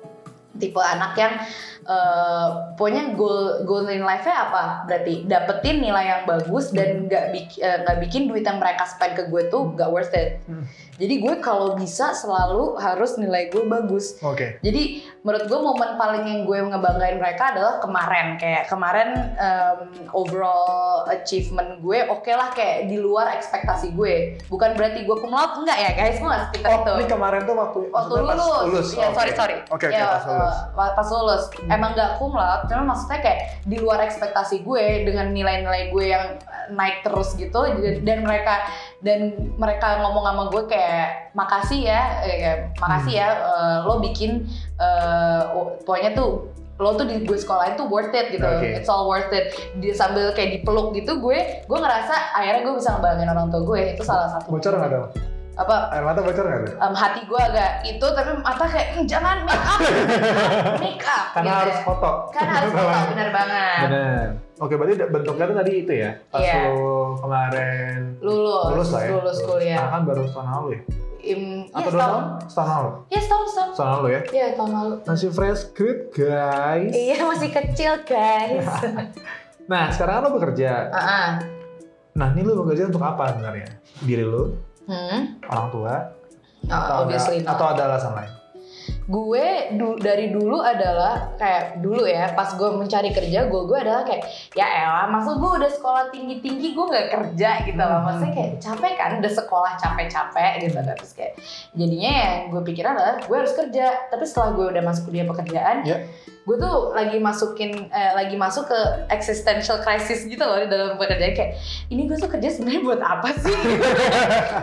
Speaker 2: tipe anak yang eh, pokoknya goal goal in life-nya apa? Berarti dapetin nilai yang bagus dan nggak bik- eh, nggak bikin duit yang mereka spend ke gue tuh nggak worth it.
Speaker 1: Hmm.
Speaker 2: Jadi gue kalau bisa selalu harus nilai gue bagus.
Speaker 1: oke
Speaker 2: Jadi menurut gue momen paling yang gue ngebanggain mereka adalah kemarin kayak kemarin em, overall achievement gue oke lah kayak di luar ekspektasi gue. Bukan berarti gue cum laude enggak ya guys, gue nggak sekitar
Speaker 1: Oh,
Speaker 2: itu.
Speaker 1: ini kemarin tuh waktu
Speaker 2: Waktu
Speaker 1: maksudnya
Speaker 2: Oh,
Speaker 1: Oh,
Speaker 2: lulus, ya
Speaker 1: Oke.
Speaker 2: sorry sorry.
Speaker 1: Oke oke
Speaker 2: Ya,
Speaker 1: pas lulus. Hmm.
Speaker 2: eh, wa- pas lulus. Emang gak cum laude, cuman maksudnya kayak di luar ekspektasi gue dengan nilai-nilai gue yang eh, naik terus gitu dan- dan mereka dan mereka ngomong sama gue kayak makasih ya, eh, kayak, makasih ya
Speaker 1: Hmm.
Speaker 2: eh, lo bikin eh, o- pokoknya tuh lo tuh di gue sekolahin tuh worth it gitu,
Speaker 1: Oke.
Speaker 2: it's all worth it. Di, sambil kayak dipeluk gitu gue, gue ngerasa akhirnya gue bisa ngebanggain orang tua gue itu salah satu
Speaker 1: Bocor nggak tuh?
Speaker 2: eh. apa
Speaker 1: Air mata bocor nggak tuh?
Speaker 2: Em, hati gue agak itu tapi mata kayak "Hmm, jangan make up make up
Speaker 1: Karena
Speaker 2: gitu
Speaker 1: harus
Speaker 2: ya.
Speaker 1: foto.
Speaker 2: karena harus foto benar banget
Speaker 1: Benar. Oke, berarti da- bentuknya tuh tadi itu ya. Pas
Speaker 2: Iya.
Speaker 1: lu kemarin
Speaker 2: lulus
Speaker 1: lulus lah ya.
Speaker 2: kuliah
Speaker 1: Karena kan baru setahun lalu ya.
Speaker 2: Im, ya
Speaker 1: Atau dua
Speaker 2: setahun
Speaker 1: tahun? Setahun lalu.
Speaker 2: ya setahun setahun
Speaker 1: Setahun lalu ya.
Speaker 2: ya tahun lalu
Speaker 1: Masih fresh grad, guys.
Speaker 2: iya masih kecil guys
Speaker 1: Nah, sekarang kan lu bekerja.
Speaker 2: Ah, ah.
Speaker 1: Nah, ini lu bekerja untuk apa sebenarnya? Diri lu,
Speaker 2: hmm
Speaker 1: orang tua,
Speaker 2: Oh, obviously
Speaker 1: ada,
Speaker 2: not.
Speaker 1: atau ada alasan lain?
Speaker 2: gue du- dari dulu adalah kayak dulu ya pas gue mencari kerja gue gue adalah kayak ya elah maksud gue udah sekolah tinggi tinggi gue nggak kerja gitu
Speaker 1: Hmm.
Speaker 2: loh maksudnya kayak capek kan udah sekolah capek capek gitu kan terus kayak jadinya ya yang gue pikir adalah gue harus kerja tapi setelah gue udah masuk dunia pekerjaan
Speaker 1: Ya.
Speaker 2: gue tuh lagi masukin eh, lagi masuk ke existential crisis gitu loh di dalam pekerjaan kayak ini gue tuh kerja sebenarnya buat apa sih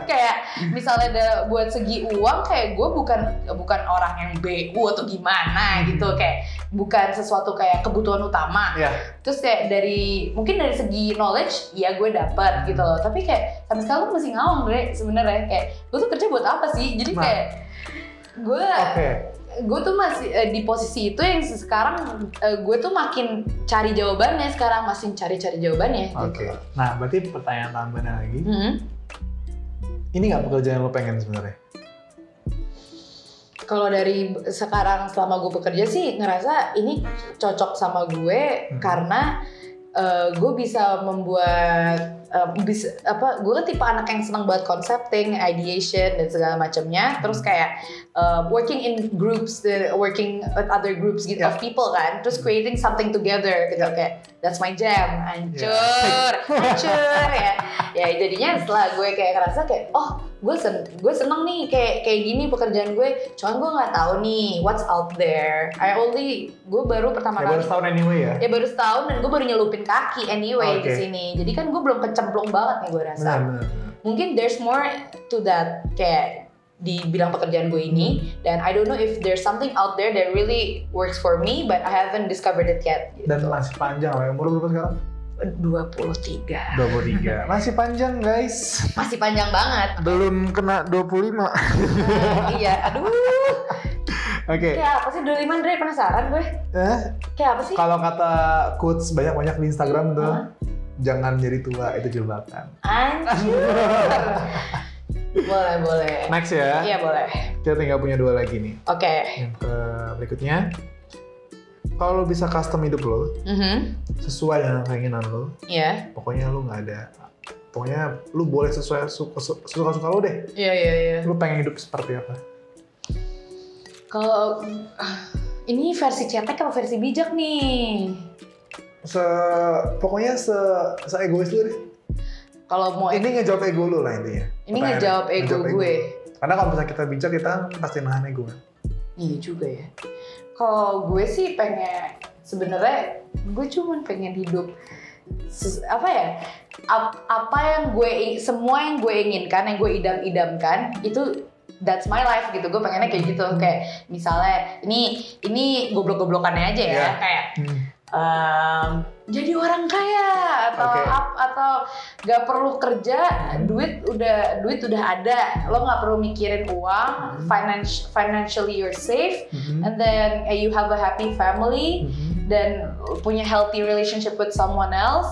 Speaker 2: kayak misalnya ada buat segi uang kayak gue bukan bukan orang yang BU atau gimana
Speaker 1: Hmm.
Speaker 2: gitu kayak bukan sesuatu kayak kebutuhan utama
Speaker 1: Iya.
Speaker 2: terus kayak dari mungkin dari segi knowledge ya gue
Speaker 1: Hmm.
Speaker 2: dapat gitu loh tapi kayak sampai sekarang gue masih ngawang deh sebenarnya kayak gue tuh kerja buat apa sih jadi
Speaker 1: Nah.
Speaker 2: kayak gue
Speaker 1: Oke.
Speaker 2: gue tuh masih eh, di posisi itu yang sekarang eh, gue tuh makin cari jawabannya sekarang masih cari-cari jawabannya gitu.
Speaker 1: Oke. Nah, berarti pertanyaan tambahan lagi.
Speaker 2: Hmm.
Speaker 1: Ini nggak pekerjaan yang lo pengen sebenarnya? Ya,
Speaker 2: Kalau dari sekarang selama gue bekerja sih ngerasa ini cocok sama gue
Speaker 1: Hmm.
Speaker 2: karena eh, gue bisa membuat eh, bisa apa gue kan tipe anak yang seneng buat concepting, ideation dan segala macamnya. Terus kayak eh, working in groups, eh, working with other groups gitu of people kan. Terus creating something together gitu kayak that's my jam. Hancur, hancur ya. Ya jadinya setelah gue kayak ngerasa kayak oh gue sen gue seneng nih kayak kayak gini pekerjaan gue cuman gue nggak tahu nih what's out there I only gue baru pertama
Speaker 1: Ya,
Speaker 2: kali
Speaker 1: baru setahun anyway ya.
Speaker 2: ya baru setahun dan gue baru nyelupin kaki anyway
Speaker 1: Oke.
Speaker 2: di sini jadi kan gue belum kecemplung banget nih gue rasa
Speaker 1: Benar, benar. benar.
Speaker 2: mungkin there's more to that kayak di bidang pekerjaan gue ini dan I don't know if there's something out there that really works for me but I haven't discovered it yet
Speaker 1: Dan
Speaker 2: gitu.
Speaker 1: masih panjang lah ya. Umur berapa sekarang?
Speaker 2: 23
Speaker 1: 23. masih panjang guys.
Speaker 2: masih panjang banget
Speaker 1: Belum kena 25. Oke.
Speaker 2: Nah, iya aduh kayak apa sih 25 Dre penasaran gue
Speaker 1: Eh,
Speaker 2: kayak apa sih
Speaker 1: kalau kata quotes banyak-banyak di Instagram tuh,
Speaker 2: Hah?
Speaker 1: jangan jadi tua itu jebakan.
Speaker 2: anjir boleh boleh
Speaker 1: Next ya.
Speaker 2: iya boleh
Speaker 1: Kita tinggal punya dua lagi nih.
Speaker 2: oke
Speaker 1: Yang ke berikutnya. Kalau lo bisa custom hidup lo
Speaker 2: Mhm.
Speaker 1: sesuai dengan keinginan lo,
Speaker 2: iya
Speaker 1: pokoknya lo nggak ada pokoknya lu boleh sesuai suka suka, suka lo deh
Speaker 2: iya iya iya
Speaker 1: lu pengen hidup seperti apa
Speaker 2: kalau ah, ini versi cetek apa versi bijak nih
Speaker 1: se pokoknya se se egois lu deh
Speaker 2: kalau mau
Speaker 1: ini ngejawab ego lu lah intinya
Speaker 2: Oh, ini
Speaker 1: Pertanyaan-
Speaker 2: ngejawab ego gue
Speaker 1: karena kalau misalnya kita bijak kita pasti nahan ego kan
Speaker 2: Iya juga ya. Kalau gue sih pengen sebenarnya gue cuman pengen hidup ses- apa ya ap- apa yang gue i- semua yang gue inginkan yang gue idam-idamkan itu that's my life gitu gue pengennya kayak gitu kayak misalnya ini ini goblok-goblokannya aja ya
Speaker 1: Iya.
Speaker 2: kayak em, jadi orang kaya atau
Speaker 1: Oke.
Speaker 2: ap- atau gak perlu kerja duit udah duit udah ada lo nggak perlu mikirin uang
Speaker 1: Hmm.
Speaker 2: finance financially you're safe
Speaker 1: Mhm.
Speaker 2: and then eh, you have a happy family
Speaker 1: Mhm.
Speaker 2: dan punya healthy relationship with someone else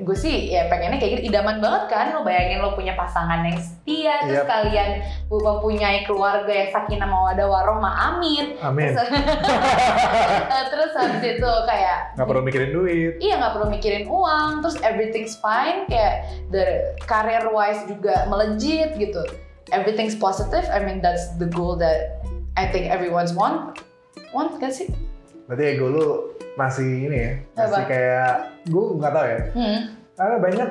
Speaker 2: gue sih ya pengennya kayak gitu idaman banget kan lo bayangin lo punya pasangan yang setia terus
Speaker 1: Yap.
Speaker 2: kalian mempunyai keluarga yang sakinah mawadah warahmah amin
Speaker 1: amin
Speaker 2: terus, eh, terus habis itu kayak
Speaker 1: nggak perlu mikirin duit
Speaker 2: Iya nggak perlu mikirin uang, terus everything's fine kayak the career wise juga melejit gitu. Everything's positive. I mean that's the goal that I think everyone's want. Want gak sih?
Speaker 1: berarti ego lu masih ini ya masih
Speaker 2: Apa?
Speaker 1: kayak gue nggak tahu ya
Speaker 2: Hmm.
Speaker 1: karena banyak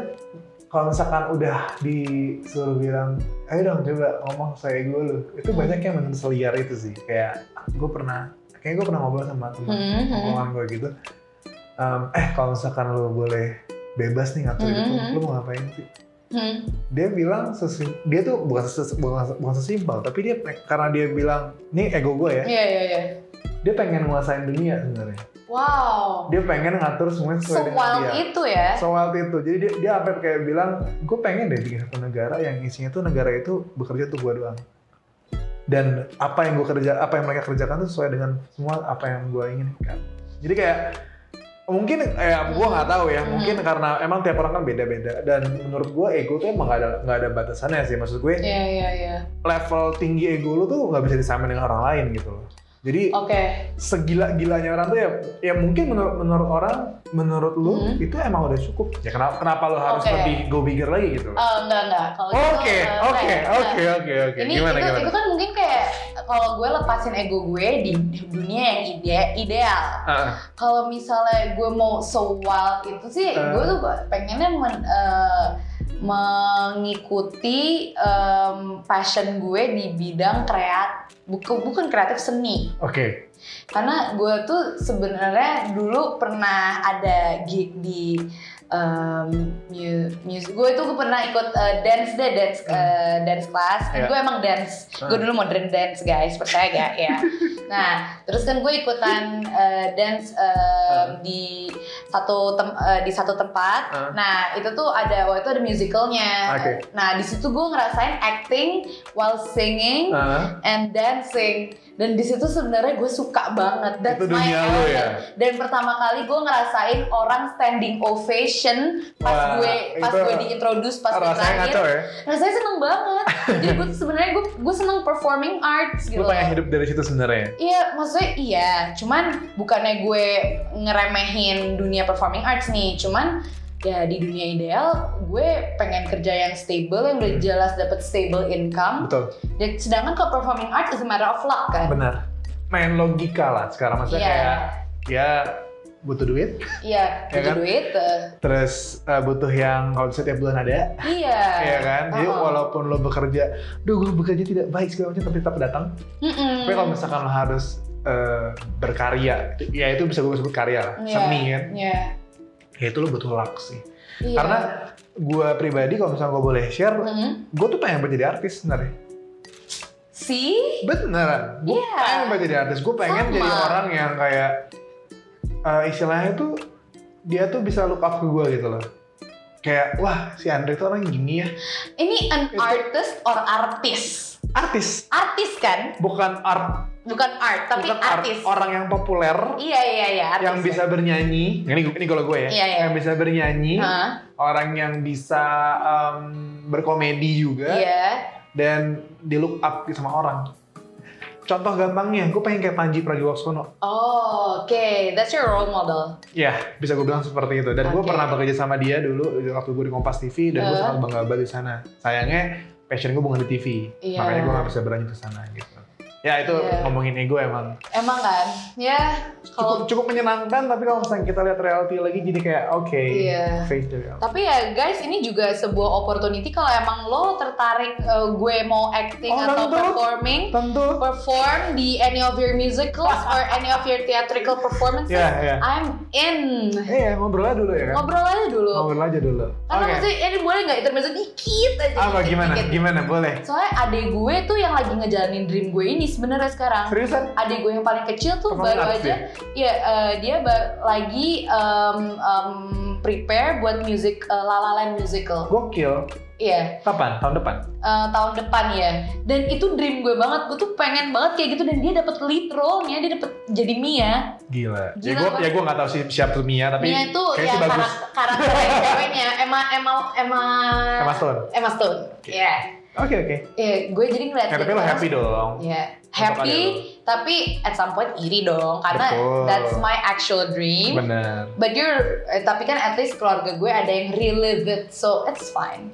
Speaker 1: kalau misalkan udah disuruh bilang ayo dong coba ngomong saya ego lu itu
Speaker 2: Hmm.
Speaker 1: banyak yang menurut seliar itu sih kayak gue pernah kayak gue pernah ngobrol sama teman
Speaker 2: Hmm, hmm.
Speaker 1: omongan gue gitu Em, eh kalau misalkan lu boleh bebas nih ngatur hidup
Speaker 2: Hmm.
Speaker 1: lu, lu mau ngapain sih
Speaker 2: Hmm.
Speaker 1: dia bilang sesim- dia tuh bukan ses- bukan, bukan sesimpel tapi dia pe- karena dia bilang ini ego gue ya
Speaker 2: Iya iya iya.
Speaker 1: dia pengen nguasain dunia sebenarnya
Speaker 2: Wow.
Speaker 1: dia pengen ngatur semuanya sesuai
Speaker 2: So
Speaker 1: dengan
Speaker 2: wild
Speaker 1: dia
Speaker 2: itu ya.
Speaker 1: So wild itu. Jadi dia, dia apa kayak bilang, gue pengen deh bikin satu negara yang isinya tuh negara itu bekerja untuk gue doang. Dan apa yang gue kerja, apa yang mereka kerjakan tuh sesuai dengan semua apa yang gue inginkan. Jadi kayak mungkin ya gue nggak tahu ya
Speaker 2: Mhm.
Speaker 1: mungkin karena emang tiap orang kan beda-beda dan menurut gue ego tuh emang gak ada nggak ada batasannya sih maksud gue
Speaker 2: Iya iya iya.
Speaker 1: level tinggi ego lu tuh nggak bisa disamain dengan orang lain gitu loh jadi
Speaker 2: Oke.
Speaker 1: segila-gilanya orang tuh ya, ya mungkin menurut menurut orang, menurut lu
Speaker 2: Hmm.
Speaker 1: itu emang udah cukup. Ya kenapa kenapa lu harus
Speaker 2: Oke.
Speaker 1: lebih go bigger lagi gitu?
Speaker 2: Oh enggak enggak. Kalau gitu,
Speaker 1: Oke,
Speaker 2: eh,
Speaker 1: oke,
Speaker 2: enggak.
Speaker 1: oke, oke, oke.
Speaker 2: Ini
Speaker 1: Gimana
Speaker 2: itu,
Speaker 1: gimana?
Speaker 2: itu kan mungkin kayak kalau gue lepasin ego gue di di dunia yang ide- ideal.
Speaker 1: Ah,
Speaker 2: kalau misalnya gue mau so wild itu sih
Speaker 1: Eh.
Speaker 2: gue tuh pengennya men- eh, mengikuti em, passion gue di bidang kreat bukan bukan kreatif seni
Speaker 1: Oke.
Speaker 2: karena gue tuh sebenarnya dulu pernah ada gig di music gue tuh pernah ikut eh, dance deh dance
Speaker 1: Hmm.
Speaker 2: eh, dance class
Speaker 1: Iya.
Speaker 2: gue emang dance gue
Speaker 1: Hmm.
Speaker 2: dulu modern dance guys percaya gak ya nah terus kan gue ikutan eh, dance eh, di satu tem- eh, di satu tempat
Speaker 1: Hmm.
Speaker 2: nah itu tuh ada waktu itu ada musicalnya
Speaker 1: Oke.
Speaker 2: nah di situ gue ngerasain acting while singing
Speaker 1: Ah,
Speaker 2: and dancing dan di situ sebenarnya gue suka banget That's
Speaker 1: itu dunia
Speaker 2: my
Speaker 1: lu
Speaker 2: element.
Speaker 1: ya.
Speaker 2: dan pertama kali gue ngerasain orang standing ovation pas
Speaker 1: Wah,
Speaker 2: gue pas
Speaker 1: itu
Speaker 2: gue diintroduce pas gue
Speaker 1: Rasanya
Speaker 2: terakhir
Speaker 1: ngaco ya.
Speaker 2: rasanya seneng banget jadi gue tuh sebenarnya gue gue seneng performing arts gitu
Speaker 1: Lu pengen hidup dari situ sebenarnya.
Speaker 2: Iya, maksudnya iya. Cuman bukannya gue ngeremehin dunia performing arts nih. Cuman ya di dunia ideal gue pengen kerja yang stable, yang udah
Speaker 1: Hmm.
Speaker 2: jelas dapat stable income.
Speaker 1: Betul.
Speaker 2: Dan Ya, sedangkan kalau performing arts is a matter of luck kan.
Speaker 1: Benar. Main logika lah sekarang maksudnya
Speaker 2: Iya,
Speaker 1: kayak ya butuh duit, Ya
Speaker 2: iya butuh
Speaker 1: kan?
Speaker 2: duit. eh,
Speaker 1: terus eh, butuh yang kalau bisa tiap bulan ada,
Speaker 2: iya.
Speaker 1: Iya kan? Jadi
Speaker 2: Uh-uh.
Speaker 1: walaupun lo bekerja, duh gue bekerja tidak baik segala macam tapi tetap datang.
Speaker 2: Hmm. Mm-mm.
Speaker 1: Tapi kalau misalkan lo harus eh, berkarya, itu- ya itu bisa gue sebut karya lah,
Speaker 2: Iya,
Speaker 1: seni kan.
Speaker 2: Iya.
Speaker 1: Ya itu lo butuh luck sih.
Speaker 2: iya. Mm-hmm.
Speaker 1: Karena gue pribadi kalau misalnya gue boleh share,
Speaker 2: Mm-mm.
Speaker 1: gue tuh pengen menjadi artis sebenarnya.
Speaker 2: sih.
Speaker 1: Beneran. Gue
Speaker 2: Iya.
Speaker 1: pengen banget jadi artis. Gue pengen
Speaker 2: Sama.
Speaker 1: jadi orang yang kayak eh, istilahnya tuh dia tuh bisa look up ke gue gitu loh. Kayak wah si Andre tuh orang gini ya.
Speaker 2: Ini an
Speaker 1: Itu-
Speaker 2: artist or artis?
Speaker 1: Artis
Speaker 2: Artis kan?
Speaker 1: bukan art,
Speaker 2: Bukan art, tapi
Speaker 1: bukan art.
Speaker 2: artis.
Speaker 1: orang yang populer
Speaker 2: Iya iya iya, artis.
Speaker 1: yang bisa bernyanyi. Ini ini kalau gue ya.
Speaker 2: Iya, iya.
Speaker 1: Yang bisa bernyanyi,
Speaker 2: Hah?
Speaker 1: orang yang bisa em, berkomedi juga.
Speaker 2: Iya.
Speaker 1: dan di look up sama orang. Contoh gampangnya, gue pengen kayak Panji Pragiwaksono.
Speaker 2: Oh, oke. That's your role model.
Speaker 1: Ya, bisa gue bilang seperti itu. Dan gue
Speaker 2: Oke.
Speaker 1: pernah bekerja sama dia dulu waktu gue di Kompas TV dan gue
Speaker 2: Eh.
Speaker 1: sangat bangga banget di sana. Sayangnya passion gue bukan di TV,
Speaker 2: Iya.
Speaker 1: makanya gue gak bisa berlanjut ke sana gitu. Ya itu
Speaker 2: Iya.
Speaker 1: ngomongin ego emang
Speaker 2: Emang kan? Ya,
Speaker 1: cukup,
Speaker 2: kalau
Speaker 1: cukup menyenangkan tapi kalau misalnya kita lihat reality lagi jadi kayak oke
Speaker 2: Iya.
Speaker 1: face the reality.
Speaker 2: tapi ya guys ini juga sebuah opportunity kalau emang lo tertarik eh, gue mau acting
Speaker 1: Oh,
Speaker 2: atau
Speaker 1: tentu.
Speaker 2: performing
Speaker 1: Tentu.
Speaker 2: perform di any of your musicals or any of your theatrical performances
Speaker 1: Ya ya.
Speaker 2: I'm in
Speaker 1: Eh ya, ngobrol aja dulu ya kan.
Speaker 2: ngobrol aja dulu
Speaker 1: Ngobrol aja dulu.
Speaker 2: karena maksudnya ini boleh nggak intermezzo dikit aja
Speaker 1: Apa
Speaker 2: dikit,
Speaker 1: gimana?
Speaker 2: dikit.
Speaker 1: Gimana? Boleh.
Speaker 2: soalnya adik gue tuh yang lagi ngejalanin dream gue ini sebenarnya sekarang
Speaker 1: Seriusan?
Speaker 2: adik gue yang paling kecil tuh
Speaker 1: Performing
Speaker 2: baru
Speaker 1: arts
Speaker 2: aja ya eh, dia ba- lagi em, em, prepare buat music eh, La La Land musical
Speaker 1: Gokil.
Speaker 2: iya
Speaker 1: Kapan? Tahun depan?
Speaker 2: eh, tahun depan ya dan itu dream gue banget gue tuh pengen banget kayak gitu dan dia dapat lead role-nya dia dapat jadi Mia
Speaker 1: Gila.
Speaker 2: Gila
Speaker 1: ya gue
Speaker 2: banget.
Speaker 1: ya gue nggak tahu sih siapa tuh Mia tapi
Speaker 2: Mia itu
Speaker 1: kayaknya
Speaker 2: ya
Speaker 1: sih bagus.
Speaker 2: karak- karakter ceweknya Emma Emma Emma
Speaker 1: Emma Stone.
Speaker 2: Emma Stone.
Speaker 1: Oke.
Speaker 2: Iya.
Speaker 1: Oke oke.
Speaker 2: Iya, gue jadi ngeliat
Speaker 1: Ya, tapi lo happy dong.
Speaker 2: Iya. Happy, tapi at some point iri dong karena
Speaker 1: Betul.
Speaker 2: that's my actual dream.
Speaker 1: Bener.
Speaker 2: But you're, eh, tapi kan at least keluarga gue ada yang relive it, so it's fine.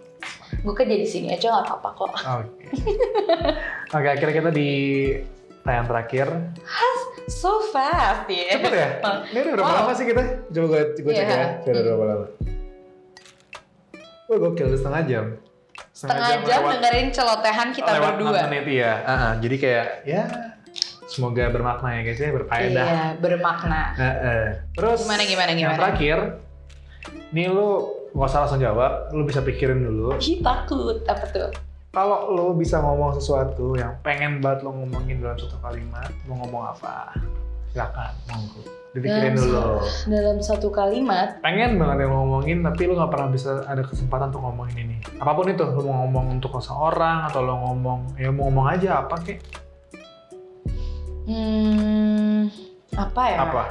Speaker 2: Gue kerja di sini aja gak apa-apa kok.
Speaker 1: Oke. oke akhirnya kita di tayang terakhir.
Speaker 2: So fast ya.
Speaker 1: Cepet ya? Ini udah berapa
Speaker 2: Wow.
Speaker 1: lama sih kita? Coba gue gue cek
Speaker 2: Iya. Hmm.
Speaker 1: ya. Coba udah berapa lama? Wah gokil udah setengah jam.
Speaker 2: Setengah jam
Speaker 1: lewat-
Speaker 2: dengerin celotehan kita
Speaker 1: lewat
Speaker 2: berdua.
Speaker 1: 6 menit ya. Heeh, jadi kayak ya semoga bermakna ya guys ya berfaedah.
Speaker 2: Iya, bermakna.
Speaker 1: Heeh. Terus
Speaker 2: Gimana, gimana,
Speaker 1: Yang
Speaker 2: gimana?
Speaker 1: terakhir, nih lu nggak usah langsung jawab, lu bisa pikirin dulu.
Speaker 2: Ih, takut apa tuh?
Speaker 1: Kalau lu bisa ngomong sesuatu yang pengen banget lu ngomongin dalam satu kalimat, mau ngomong apa? Silakan, monggo. Dipikirin
Speaker 2: Dalam
Speaker 1: dulu.
Speaker 2: Dalam satu kalimat
Speaker 1: Pengen banget yang lu ngomongin, tapi lu nggak pernah bisa ada kesempatan untuk ngomongin ini. Apapun itu, lu mau ngomong untuk seseorang atau lu ngomong, ya mau ngomong aja apa kek?
Speaker 2: Hmm, apa ya?
Speaker 1: Apa?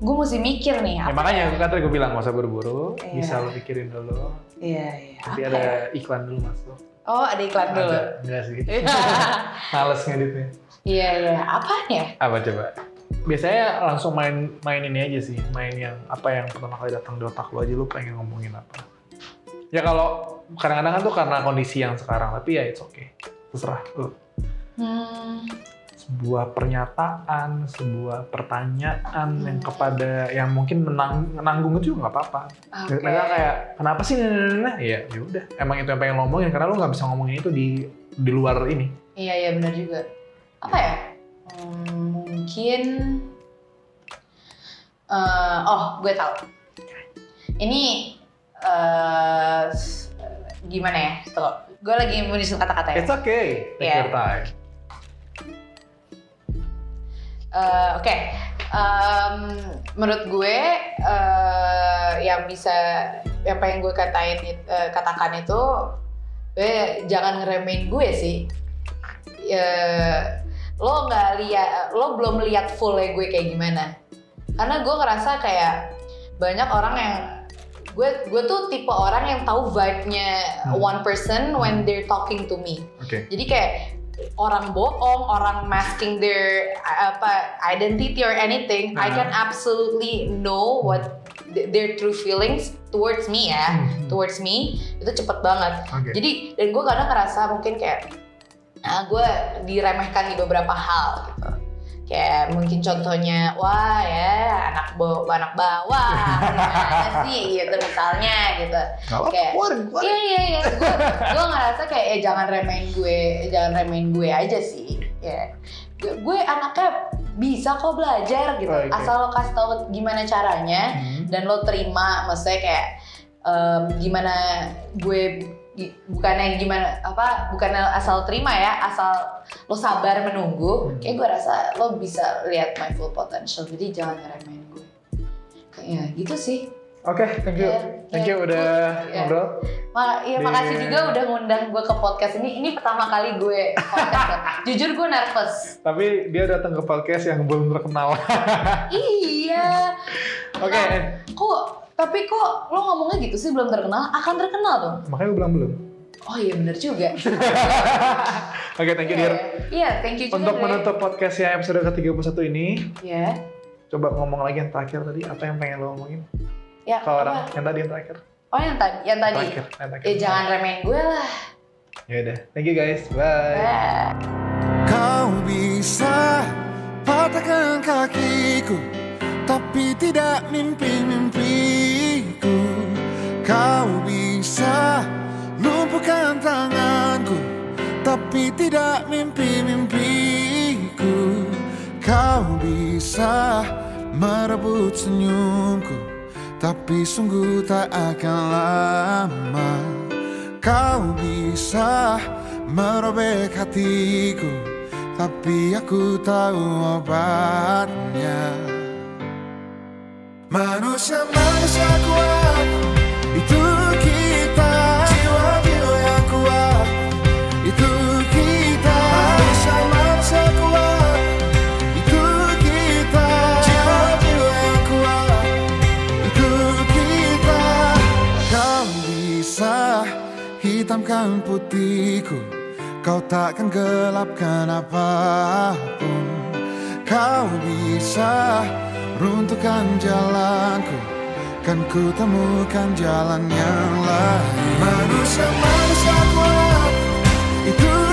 Speaker 2: Gue mesti mikir nih.
Speaker 1: Ya
Speaker 2: Apa
Speaker 1: makanya kan tadi gue bilang nggak usah buru-buru,
Speaker 2: Iya.
Speaker 1: bisa lu pikirin dulu.
Speaker 2: Iya, iya.
Speaker 1: Nanti
Speaker 2: Apa
Speaker 1: ada
Speaker 2: ya?
Speaker 1: iklan dulu masuk.
Speaker 2: Oh, ada iklan dulu.
Speaker 1: Ada, enggak sih. Males ngeditnya.
Speaker 2: Iya, iya. Apa ya?
Speaker 1: Apa coba? Biasanya langsung main main ini aja sih, main yang apa yang pertama kali datang di otak lo aja lo pengen ngomongin apa. Ya kalau kadang-kadang kan tuh karena kondisi yang sekarang, tapi ya it's okay. Terserah lo.
Speaker 2: Hmm,
Speaker 1: Sebuah pernyataan, sebuah pertanyaan
Speaker 2: Hmm.
Speaker 1: yang kepada yang mungkin menang, menanggung itu juga nggak apa-apa.
Speaker 2: oke.
Speaker 1: Okay. kayak kenapa sih nah, nah, nah, nah? ya ya udah emang itu yang pengen lo ngomongin karena lo nggak bisa ngomongin itu di di luar ini
Speaker 2: Iya, iya benar juga. Apa ya? Hmm, mungkin. eh, oh, gue tahu. Ini eh, s- gimana ya? Tuh, gue lagi menyusun kata-kata ya.
Speaker 1: It's okay. Take
Speaker 2: Yeah.
Speaker 1: your time.
Speaker 2: Eh, Oke, Em, menurut gue eh, yang bisa yang pengen gue katain it- eh, katakan itu gue jangan ngeremehin gue sih. Ya, lo nggak lihat, lo belum lihat fullnya gue kayak gimana. Karena gue ngerasa kayak banyak orang yang gue gue tuh tipe orang yang tahu vibe-nya
Speaker 1: Hmm.
Speaker 2: one person when they're talking to me.
Speaker 1: Oke.
Speaker 2: Jadi kayak orang bohong, orang masking their uh, apa identity or anything, I can absolutely know what th- their true feelings towards me ya, towards me itu cepet banget.
Speaker 1: Hmm. Oke.
Speaker 2: Jadi dan gue kadang ngerasa mungkin kayak ah, gue diremehkan di beberapa hal gitu. Kayak mungkin contohnya, wah ya anak bo anak bawah, gimana sih gitu misalnya gitu.
Speaker 1: Nggak apa-apa,
Speaker 2: kayak-
Speaker 1: keluarin, keluarin.
Speaker 2: Iya iya iya, gue gue ngerasa kayak eh jangan remehin gue, eh, jangan remehin gue aja sih. Ya, gue, gue anaknya bisa kok belajar gitu,
Speaker 1: Oke.
Speaker 2: asal lo kasih tau gimana caranya
Speaker 1: Hmm.
Speaker 2: dan lo terima, maksudnya kayak em, gimana gue gi- bukannya gimana apa bukannya asal terima ya asal lo sabar menunggu kayak gue rasa lo bisa lihat my full potential jadi jangan ngeremehin gue kayak gitu sih
Speaker 1: Oke, thank you.
Speaker 2: Iya,
Speaker 1: Thank
Speaker 2: iya.
Speaker 1: you udah
Speaker 2: Iya.
Speaker 1: ngobrol.
Speaker 2: Ma ya
Speaker 1: Di-
Speaker 2: makasih juga udah ngundang gue ke podcast ini. Ini pertama kali gue podcast. loh. Jujur gue nervous.
Speaker 1: Tapi dia datang ke podcast yang belum terkenal. Oke.
Speaker 2: Iya. Nah, kok tapi kok lo ngomongnya gitu sih belum terkenal? Akan terkenal dong.
Speaker 1: Makanya gue bilang belum.
Speaker 2: Oh iya bener juga.
Speaker 1: Oke, thank you
Speaker 2: Iya,
Speaker 1: Dear.
Speaker 2: Iya, thank you juga.
Speaker 1: Untuk
Speaker 2: Dre.
Speaker 1: menutup podcastnya episode ke-31 ini,
Speaker 2: Iya.
Speaker 1: coba ngomong lagi yang terakhir tadi, apa yang pengen lo ngomongin
Speaker 2: Ya,
Speaker 1: ke orang?
Speaker 2: apa?
Speaker 1: Yang tadi, yang terakhir.
Speaker 2: Oh yang tadi, yang tadi.
Speaker 1: Terakhir, yang terakhir.
Speaker 2: Ya jangan remehin gue lah.
Speaker 1: Ya udah, thank you guys, bye.
Speaker 2: Dah.
Speaker 3: Kau bisa patahkan kakiku Tapi tidak mimpi-mimpiku Kau bisa lumpuhkan tanganku Tapi tidak mimpi-mimpiku Kau bisa merebut senyumku Tapi sungguh tak akan lama Kau bisa merobek hatiku Tapi aku tahu obatnya Manusia manusia kuat Itu kita Jiwa-jiwa yang kuat Itu kita Manusia manusia kuat Itu kita Jiwa-jiwa yang kuat itu kita Kau bisa hitamkan putihku Kau takkan gelapkan apapun Kau bisa runtuhkan jalanku Kan ku temukan jalan yang lain Manusia, manusia kuat Itu